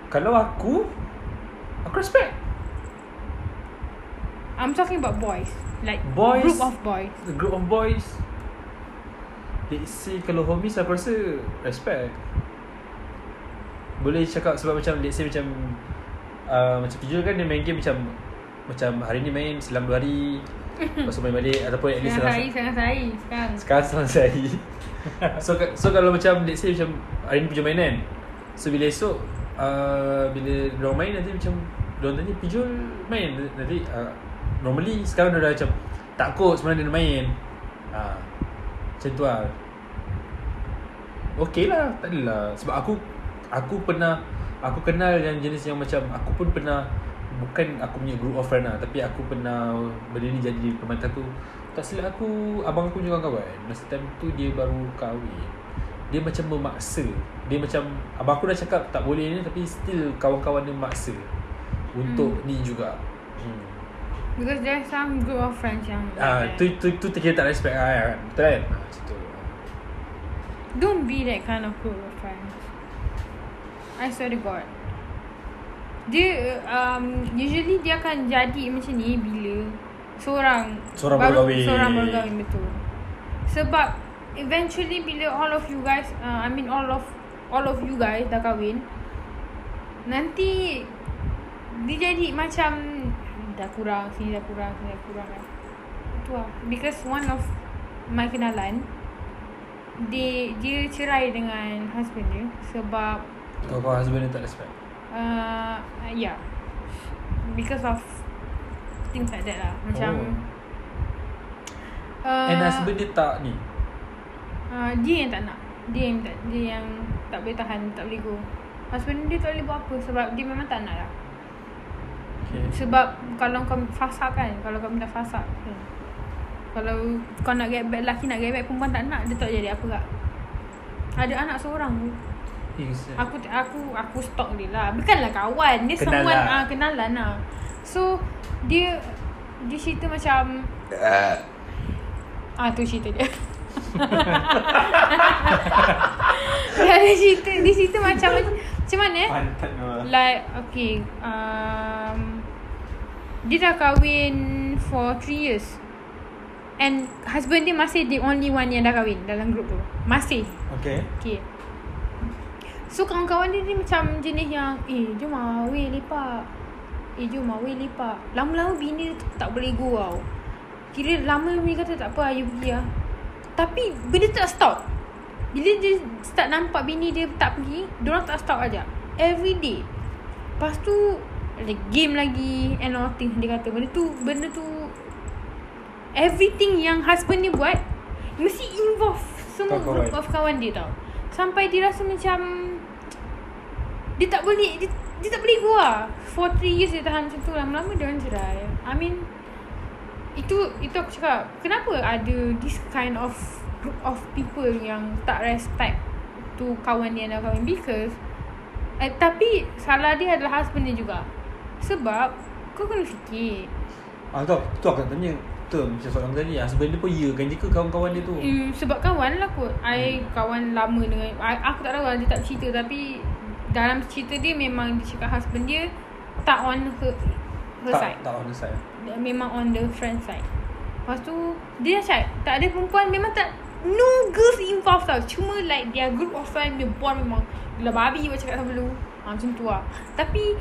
B: Kalau aku Aku respect
A: I'm talking about boys Like
D: Boys?
A: Group of boys
D: A group of boys Let's say kalau homies aku rasa respect
B: Boleh cakap sebab macam Let's say macam uh, Macam tujuan kan dia main game macam Macam hari ni main Selang dua hari Lepas tu main balik Ataupun at least
A: Senang
B: selang,
A: saya Senang saya Sekarang
B: Sekarang selang sehari Kan? [laughs] so, ka- so kalau macam Let's say macam Hari ni Pijol main kan So bila esok uh, Bila diorang main Nanti macam Diorang tanya Pijol main Nanti uh, Normally sekarang dia dah macam Tak kot sebenarnya dia main uh, Macam tu lah Okay lah Tak adalah Sebab aku Aku pernah Aku kenal yang jenis yang macam Aku pun pernah Bukan aku punya group of friend lah Tapi aku pernah Benda ni jadi permata aku Tak silap aku Abang aku juga kawan Masa time tu dia baru kahwin Dia macam memaksa Dia macam Abang aku dah cakap tak boleh ni Tapi still kawan-kawan dia maksa Untuk ni juga hmm.
A: Because there are some group of friends yang
B: Ah,
A: like that.
B: tu, tu, tu kita tak respect lah kan Betul kan? Ah, macam tu
A: Don't be that kind of group of friends. I swear to God. Dia um, usually dia akan jadi macam ni bila seorang
B: Seorang
A: baru-
B: berkahwin.
A: Seorang berkahwin betul. Sebab eventually bila all of you guys uh, I mean all of all of you guys dah kahwin nanti dia jadi macam dah kurang sini dah kurang sini dah kurang kan. Tu lah. Because one of my kenalan dia dia cerai dengan husband dia sebab
B: Kawan-kawan husband dia tak respect
A: uh, yeah because of things like that lah macam uh,
B: Oh. And husband dia tak ni
A: uh, dia yang tak nak dia yang tak dia yang tak boleh tahan tak boleh go husband dia tak boleh buat apa sebab dia memang tak nak lah
B: Okay
A: Sebab kalau kau fasak kan Kalau kau minta fasak kan Kalau kau nak get back Lelaki nak get back Perempuan tak nak Dia tak jadi apa kak Ada anak seorang tu. Aku aku aku stalk dia lah Bukanlah kawan Dia
B: Kenal
A: someone
B: lah.
A: ah, Kenalan lah So Dia [laughs] Dia cerita macam Ah tu cerita dia Dari cerita Ya, Dia cerita macam Macam mana eh
B: Pantat lah
A: Like Okay um, Dia dah kahwin For 3 years And husband dia masih the only one yang dah kahwin dalam group tu. Masih.
B: Okay
A: Okay. So kawan-kawan dia ni macam jenis yang Eh jom lah weh lepak Eh jom lah weh lepak Lama-lama bini dia tu tak boleh go tau Kira lama bini kata tak apa you pergi lah Tapi benda tu tak stop Bila dia start nampak bini dia tak pergi Diorang tak stop ajak Every day Lepas tu ada game lagi and all things dia kata benda tu benda tu everything yang husband dia buat mesti involve semua
B: Kau
A: group
B: kawan.
A: of kawan dia tau sampai dia rasa macam dia tak boleh dia, dia tak boleh go lah for 3 years dia tahan macam tu lama-lama dia orang cerai I mean itu itu aku cakap kenapa ada this kind of group of people yang tak respect tu kawan dia nak kahwin because eh, tapi salah dia adalah husband dia juga sebab kau kena fikir
B: Ah tu, tu aku nak tanya Betul macam soalan tadi Husband dia pun ya kan je ke kawan-kawan dia tu
A: you, sebab kawan lah kot I kawan lama dengan I, aku tak tahu lah dia tak cerita tapi dalam cerita dia memang dia cakap husband dia tak on her, her
B: tak,
A: side
B: Tak on the side
A: memang on the friend side. Lepas tu dia dah cakap tak ada perempuan memang tak no girls involved tau. Cuma like their group of friend dia bond memang gila babi macam cakap sama dulu. Ha, macam tu lah. Tapi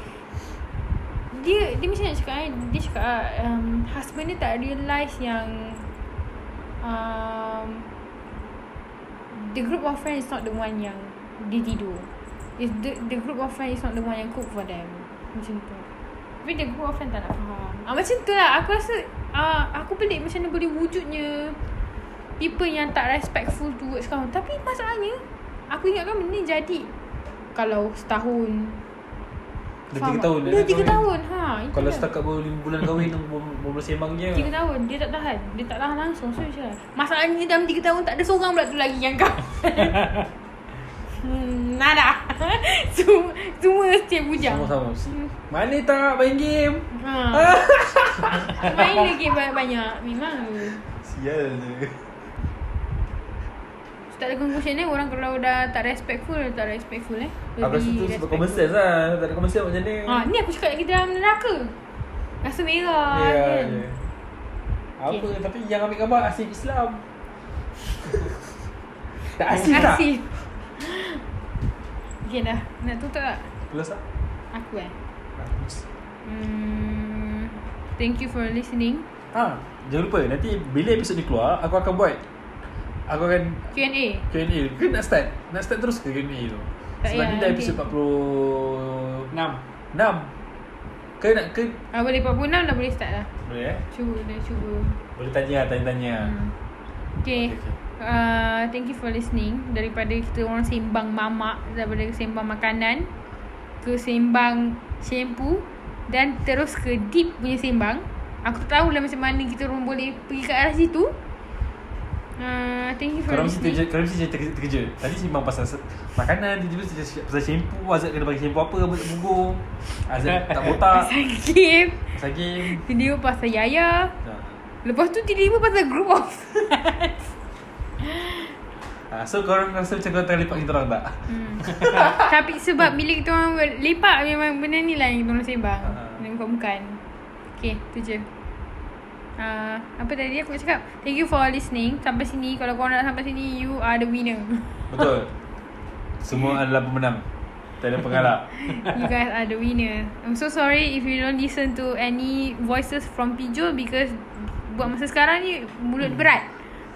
A: dia dia macam nak cakap eh? dia cakap ah, um, husband dia tak realise yang um, the group of friends is not the one yang dia tidur. Is the the group of friends is not the one yang cook for them. Macam tu. Tapi the group of friends tak nak faham. Ah, macam tu lah. Aku rasa ah, aku pelik macam mana boleh wujudnya people yang tak respectful towards kau. Tapi masalahnya, aku ingatkan benda ni jadi kalau setahun.
B: Dah
A: Faham
B: tiga
A: tak?
B: tahun
A: Dah tiga
B: kahwin.
A: tahun. Ha, itu
B: Kalau
A: dia.
B: setakat baru 5 bulan kahwin Baru baru sembang je
A: Tiga tahun Dia tak tahan Dia tak tahan langsung So macam mana? Masalahnya dalam tiga tahun Tak ada seorang pula tu lagi yang
B: [laughs]
A: kau Hmm, nada [laughs] Semua Semua setiap bujang
B: Sama-sama
A: Hmm.
B: Mana tak main game
A: ha. Main lagi banyak-banyak Memang
B: Sial je
A: So, tak ada conclusion eh Orang kalau dah tak respectful Tak respectful eh
B: Aku rasa tu sebab common sense lah Tak ada common sense macam ni
A: ha, Ni aku cakap kita dalam neraka Rasa merah
B: Ya
A: kan?
B: je. Apa tapi yang ambil gambar Asyik
A: [laughs]
B: Islam Tak asyik tak?
A: Asif Okay dah Nak tutup tak
B: Plus tak?
A: Aku eh Hmm, thank you for listening.
B: Ha, jangan lupa nanti bila episod ni keluar aku akan buat aku akan
A: Q&A.
B: Q&A. Ke nak start? Nak start terus ke Q&A tu?
A: Tak
B: Sebab
A: payah,
B: ni dah
A: Eh, ya, nanti.
B: episod 46.
E: 6
B: Ke nak ke
A: Ah, boleh 46 dah boleh start dah.
B: boleh eh?
A: Cuba, dah cuba.
B: Boleh tanya tanya-tanya.
A: Hmm. Okay.
B: Okay, okay.
A: Uh, thank you for listening. Daripada kita orang sembang mamak, daripada sembang makanan, ke sembang shampoo, dan terus ke deep punya sembang. Aku tak tahulah macam mana kita orang boleh pergi ke arah situ. Uh, thank you for
B: Korang mesti
A: listening.
B: terje,
A: [laughs]
B: korang mesti jadi terke- terkeja. Tadi sembang pasal se- makanan, tiba-tiba saya cakap pasal shampoo, Azad kena pakai shampoo apa, buat bugur. Azad tak [laughs] botak,
A: Pasal game,
B: pasal game.
A: video pasal Yaya. Lepas tu tiba-tiba pasal group of
B: Ha, so korang rasa macam korang terlepak kita orang tak?
A: Hmm. [laughs] Tapi sebab bila kita orang ber- lepak memang benda ni lah yang kita orang sembang.
B: Ha.
A: Dan bukan. Okay, tu je. Uh, apa tadi aku nak cakap? Thank you for listening. Sampai sini. Kalau korang nak sampai sini, you are the winner.
B: Betul. Semua adalah pemenang. Tak ada pengalah.
A: you guys are the winner. I'm so sorry if you don't listen to any voices from Pijo because buat masa sekarang ni mulut berat.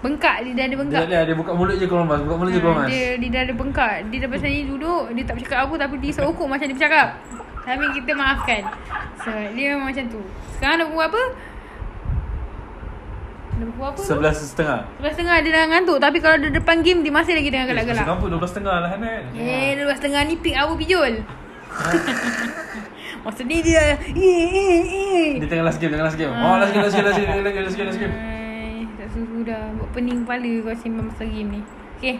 A: Bengkak, dia dah ada bengkak.
B: Dia, dia, dia buka mulut je korang mas. Buka mulut je korang
A: Ha,
B: mas.
A: Dia, dia dah ada bengkak Dia dah pasal ni duduk Dia tak bercakap apa Tapi dia seokok macam dia bercakap Tapi kita maafkan So dia memang macam tu Sekarang dah pukul apa? Dah pukul apa? tu?
B: Sebelas setengah.
A: Sebelas tengah dia dah ngantuk Tapi kalau dia depan game Dia masih lagi dengan gelak-gelak
B: Kampung dua belas setengah lah kan.
A: Eh, dua belas tengah ni peak hour pijol Masa ni dia Eh, eh, eh
B: Dia tengah last game, tengah last game.
A: Ah.
B: Oh, last game, last game, last game, last game, last game, last game.
A: Hai, Tak suruh dah Buat pening kepala kau sembang pasal game ni Okay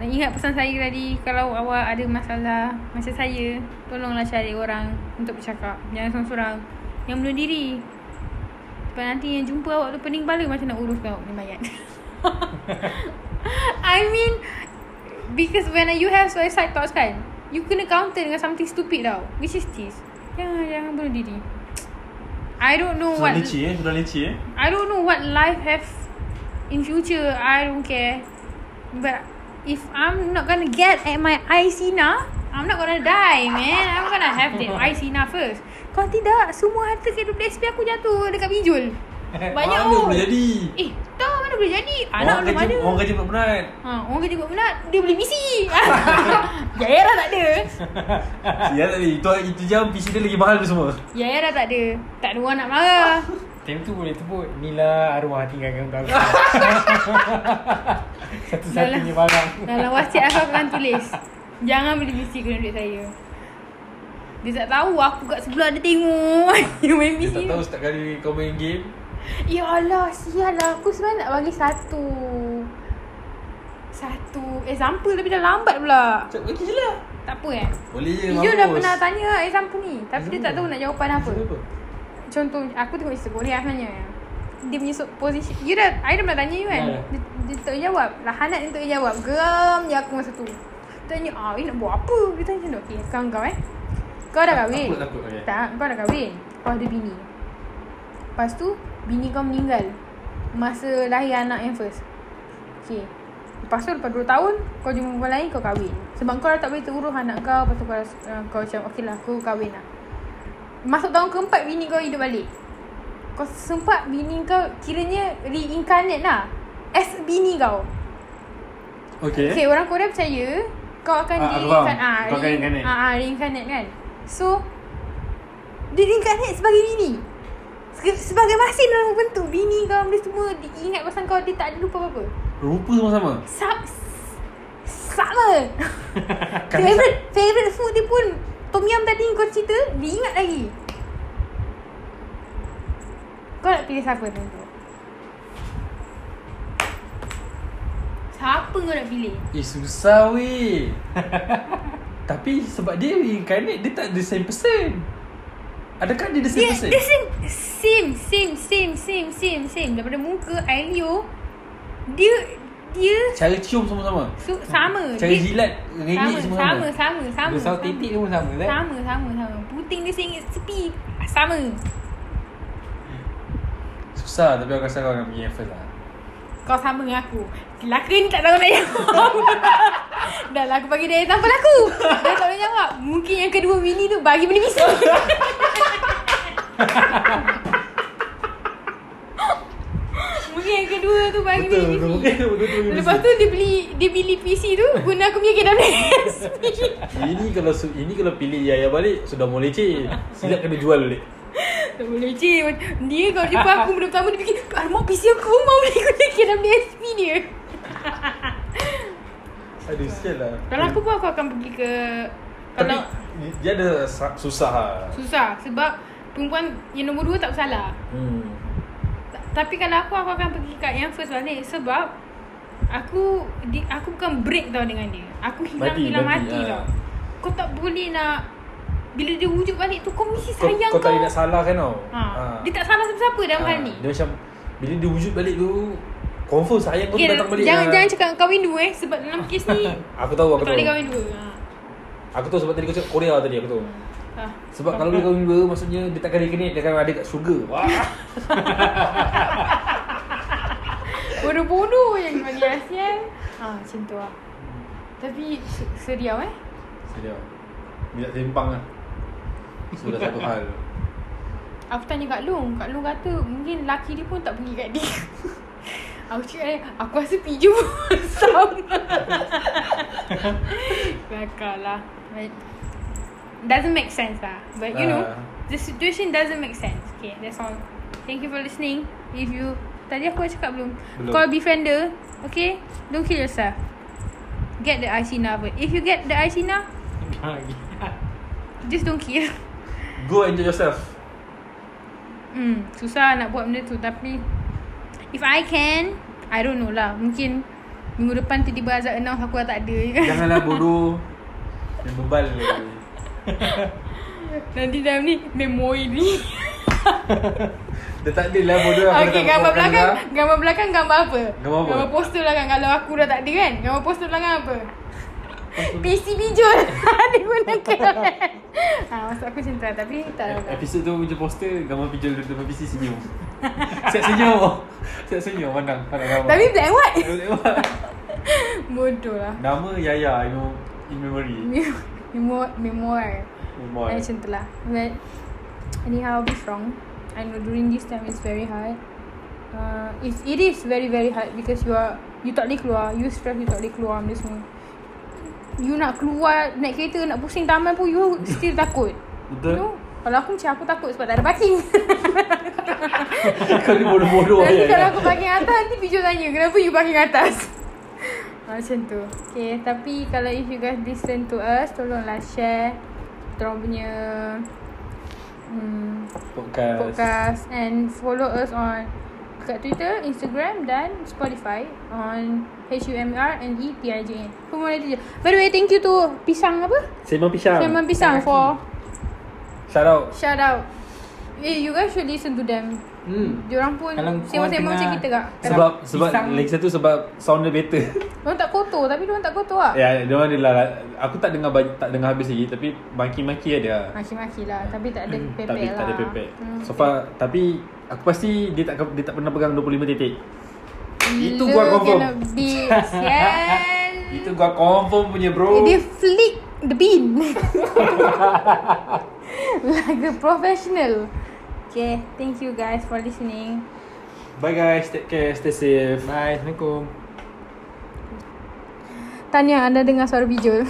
A: Dan ingat pesan saya tadi Kalau awak ada masalah Macam saya Tolonglah cari orang Untuk bercakap Jangan seorang-seorang Yang bunuh diri Sebab nanti yang jumpa awak tu pening kepala Macam nak urus kau Ni mayat [laughs] I mean Because when you have suicide thoughts kan You kena counter dengan something stupid tau Which is this Jangan, jangan bunuh diri I don't know
B: Sudah
A: what
B: leceh eh Sudah leceh eh
A: I don't know what life have in future. I don't care. But if I'm not gonna get at my Aisina, I'm not gonna die, man. I'm gonna have
B: [laughs]
A: that Aisina first. Kalau tidak, semua harta ke 20 SP aku jatuh dekat
B: [laughs]
A: bijul. Banyak
B: Mana
A: oh.
B: boleh jadi
A: Eh, tak mana boleh jadi. Anak
B: orang
A: belum
B: kerja,
A: ada.
B: Orang kerja berat-berat
A: Ha, orang kerja buat penat, dia beli
B: [laughs]
A: [laughs] PC. Yaya dah tak ada.
B: Ya tadi Itu, itu jam PC dia lagi mahal tu semua
A: Yaya dah tak ada. Tak ada orang nak marah.
C: Time tu boleh tebut Nila arwah tinggalkan
B: [laughs]
C: untuk aku Satu-satunya
A: Dah lah.
C: barang
A: Dalam wasiat aku akan tulis Jangan beli bisi guna duit saya Dia tak tahu aku kat sebelah dia tengok [laughs] Dia main
B: Dia
A: bisi
B: tak
A: tu
B: tahu setiap kali kau main game
A: Ya Allah sial lah Aku sebenarnya nak bagi satu Satu example tapi dah lambat pula
B: Tak pergi je lah
A: Tak apa eh
B: Boleh je
A: Ijo dah
B: mampus.
A: pernah tanya lah example ni Tapi dia tak tahu nak jawapan apa
B: Kenapa?
A: Contoh aku tengok Instagram dia sebenarnya Dia punya so- position You dah I dah pernah tanya you kan
C: Ya, ya.
A: dia, dia tak boleh jawab Lah Hanat dia tak boleh jawab Geram je aku masa tu Tanya ah you nak buat apa Dia tanya macam tu Okay sekarang kau eh Kau dah kahwin
B: Takut takut okay.
A: Tak kau dah kahwin Kau ada bini Lepas tu Bini kau meninggal Masa lahir anak yang first Okay Lepas tu lepas 2 tahun Kau jumpa perempuan lain kau kahwin Sebab kau dah tak boleh terurus anak kau Lepas tu kau, rasa- uh, kau macam Okay lah aku kahwin lah Masuk tahun keempat bini kau hidup balik Kau sempat bini kau Kiranya reincarnate lah As bini kau
B: Okay
A: Okay orang Korea percaya Kau akan
B: Eh? Ah, aku
A: reincarnate
B: faham. Kau akan reincarnate.
A: ah, ah, reincarnate kan So Dia reincarnate sebagai bini Se- Sebagai masih dalam bentuk Bini kau benda semua Dia ingat pasal kau Dia tak ada lupa apa-apa
B: Rupa sama-sama
A: Sab
B: [laughs]
A: Sama Favorite Favorite food dia pun Tom Yam tadi kau cerita Dia ingat lagi Kau nak pilih siapa tu Siapa kau nak pilih
B: Eh susah weh [laughs] Tapi sebab dia reincarnate Dia tak the same person Adakah dia the same
A: Dia,
B: person?
A: dia same, same, same, same, same, same, same. Daripada muka Ailio, dia, dia
B: Cara cium sama-sama
A: su, sama.
B: Cara
A: dia,
B: jilat
A: sama,
B: Rengit sama-sama
A: sama, sama, sama.
C: Besar
A: sama.
C: titik pun sama kan
A: Sama, sama, sama. Puting dia sengit sepi. Sama.
B: Susah tapi aku rasa kau akan pergi yang first lah
A: Kau sama dengan aku. Lelaka ni tak tahu nak jawab. [laughs] Dah lah aku bagi dia example aku. Dia tak boleh jawab. Mungkin yang kedua bini tu bagi benda bisu. [laughs] Mungkin yang kedua tu bagi bini
B: Betul betul
A: bisu.
B: Mungkin betul betul betul.
A: Lepas tu dia beli dia beli PC tu guna aku punya KWSP.
B: Ini kalau su- ini kalau pilih Yaya balik Sudah mau leceh Silap kena jual balik
A: tak boleh cik. Dia kalau jumpa aku benda pertama dia fikir, "Alamak PC aku mau beli guna KWSP dia."
B: Aduh sial lah
A: Kalau aku pun aku akan pergi ke
B: Tapi
A: kalau
B: dia ada sa- susah lah
A: susah sebab perempuan yang nombor dua tak bersalah.
B: Hmm
A: Ta- Tapi kalau aku aku akan pergi kat yang first balik sebab aku di, aku bukan break tau dengan dia. Aku hilang
B: Mati,
A: hilang
B: mati,
A: mati,
B: ah.
A: tau. Kau tak boleh nak bila dia wujud balik tu kau mesti
B: Kau,
A: sayang
B: kau tak boleh nak salah kan tau
A: Ha. Dia tak salah siapa-siapa dalam
B: Ah,
A: hal ni.
B: Dia macam Bila dia wujud balik tu Confirm sayang kau tu
A: Okay,
B: datang balik
A: Eh, jangan
B: Ah.
A: jangan cakap kahwin dua eh sebab dalam kes
B: [laughs]
A: ni
B: Aku tahu
A: kau
B: aku
A: tak
B: tahu
A: boleh kahwin dua. Ha.
B: Aku tahu sebab tadi kau cakap Korea tadi aku tahu
A: Ha.
B: Sebab kalau dia kahwin dua Maksudnya dia takkan rekening Dia akan ada kat syurga Wah
A: Bodoh-bodoh yang bagi Asian. Ha, macam tu lah.
B: Hmm.
A: Tapi se- seriau eh.
B: Sedia Minat sempang lah Sudah satu hal
A: Aku tanya Kak Long. Kak Long kata mungkin laki dia pun tak pergi kat dia. [laughs] aku cakap eh, aku rasa piju pun [laughs]
B: [laughs]
A: sama. Kelakar lah. But Doesn't make sense lah. But you know,
B: Ah.
A: the situation doesn't make sense. Okay, that's all. Thank you for listening. If you... Tadi aku dah cakap belum?
B: Belum.
A: Call befriender. Okay? Don't kill yourself. Get the Aisina but If you get the Aisina, just don't kill.
B: [laughs]
A: [laughs]
B: Go enjoy yourself
A: Hmm, susah nak buat benda tu tapi if I can, I don't know lah. Mungkin minggu depan tiba-tiba Azad announce aku dah tak ada je [laughs] kan.
B: Janganlah bodoh Dan bebal
A: Nanti dalam ni memori ni.
F: Dia tak ada lah bodoh lah,
B: Kan,
F: tak nak
A: Okey, gambar
F: buat
A: belakang,
F: lah.
A: gambar belakang gambar apa?
B: Gambar apa?
A: Gambar poster belakang kalau aku dah tak ada kan. Gambar poster belakang apa? PC bijul [laughs] Dia gunakan ha, Maksud aku macam tu lah Tapi tak tahu tak.
B: Episod tu je poster Gambar pijol duduk depan PC
A: [laughs]
B: senyum Siap senyum Siap senyum Pandang Pandang gambar
A: Tapi black and white [laughs]
B: Tapi
A: Bodoh lah
B: Nama Yaya I know In memory Oh
A: Memo- Memoir Memoir
B: Memoir
A: Macam tu lah But Anyhow be strong I know during this time It's very hard uh, it's, It is very very hard Because you are You tak boleh keluar You stress you tak boleh keluar Benda semua You nak keluar Naik kereta Nak pusing taman pun You still takut
B: Betul. [laughs]
A: You know Kalau aku macam aku takut Sebab tak ada parking
B: Kau ni bodoh-bodoh
A: Nanti
B: Yaya.
A: kalau aku parking atas Nanti Pijo tanya Kenapa you parking atas [laughs] ha, Macam tu Okay Tapi kalau if you guys listen to us Tolonglah share Kita orang punya hmm,
B: Podcast
A: Podcast And follow us on Kat Twitter, Instagram dan Spotify On E H-U-M-R-N-E-T-I-J-N Semua ada je By the way thank you to Pisang apa?
B: Sembang pisang
A: Sembang Pisang for
B: Shout out
A: Shout out Eh you guys should listen to them
C: Hmm.
A: Diorang pun
C: Kalau korang
A: Sembang-sembang macam
C: tengah-
A: kita kak
B: Sebab Sebab
C: Pisang.
B: Lagi satu sebab Sound dia better [laughs]
A: Diorang tak kotor Tapi diorang tak kotor lah
B: Ya dia orang adalah Aku tak dengar banyak- Tak dengar habis lagi Tapi Maki-maki ada
A: Maki-maki lah Tapi tak ada pepek
B: Hmm, Tapi
A: lah
B: tak ada pepek So far Tapi Aku pasti Dia tak dia tak pernah pegang 25 titik Itu
A: Lu
B: gua confirm.
A: kena
B: [laughs]
A: beats Yes
B: Itu gua confirm punya bro
A: Hmm. Eh, Dia flick the bean [laughs] Like a professional Okay Thank you guys for listening
B: Bye guys Take care Stay safe
C: Bye. Assalamualaikum.
A: Tahniah anda dengar suara bijul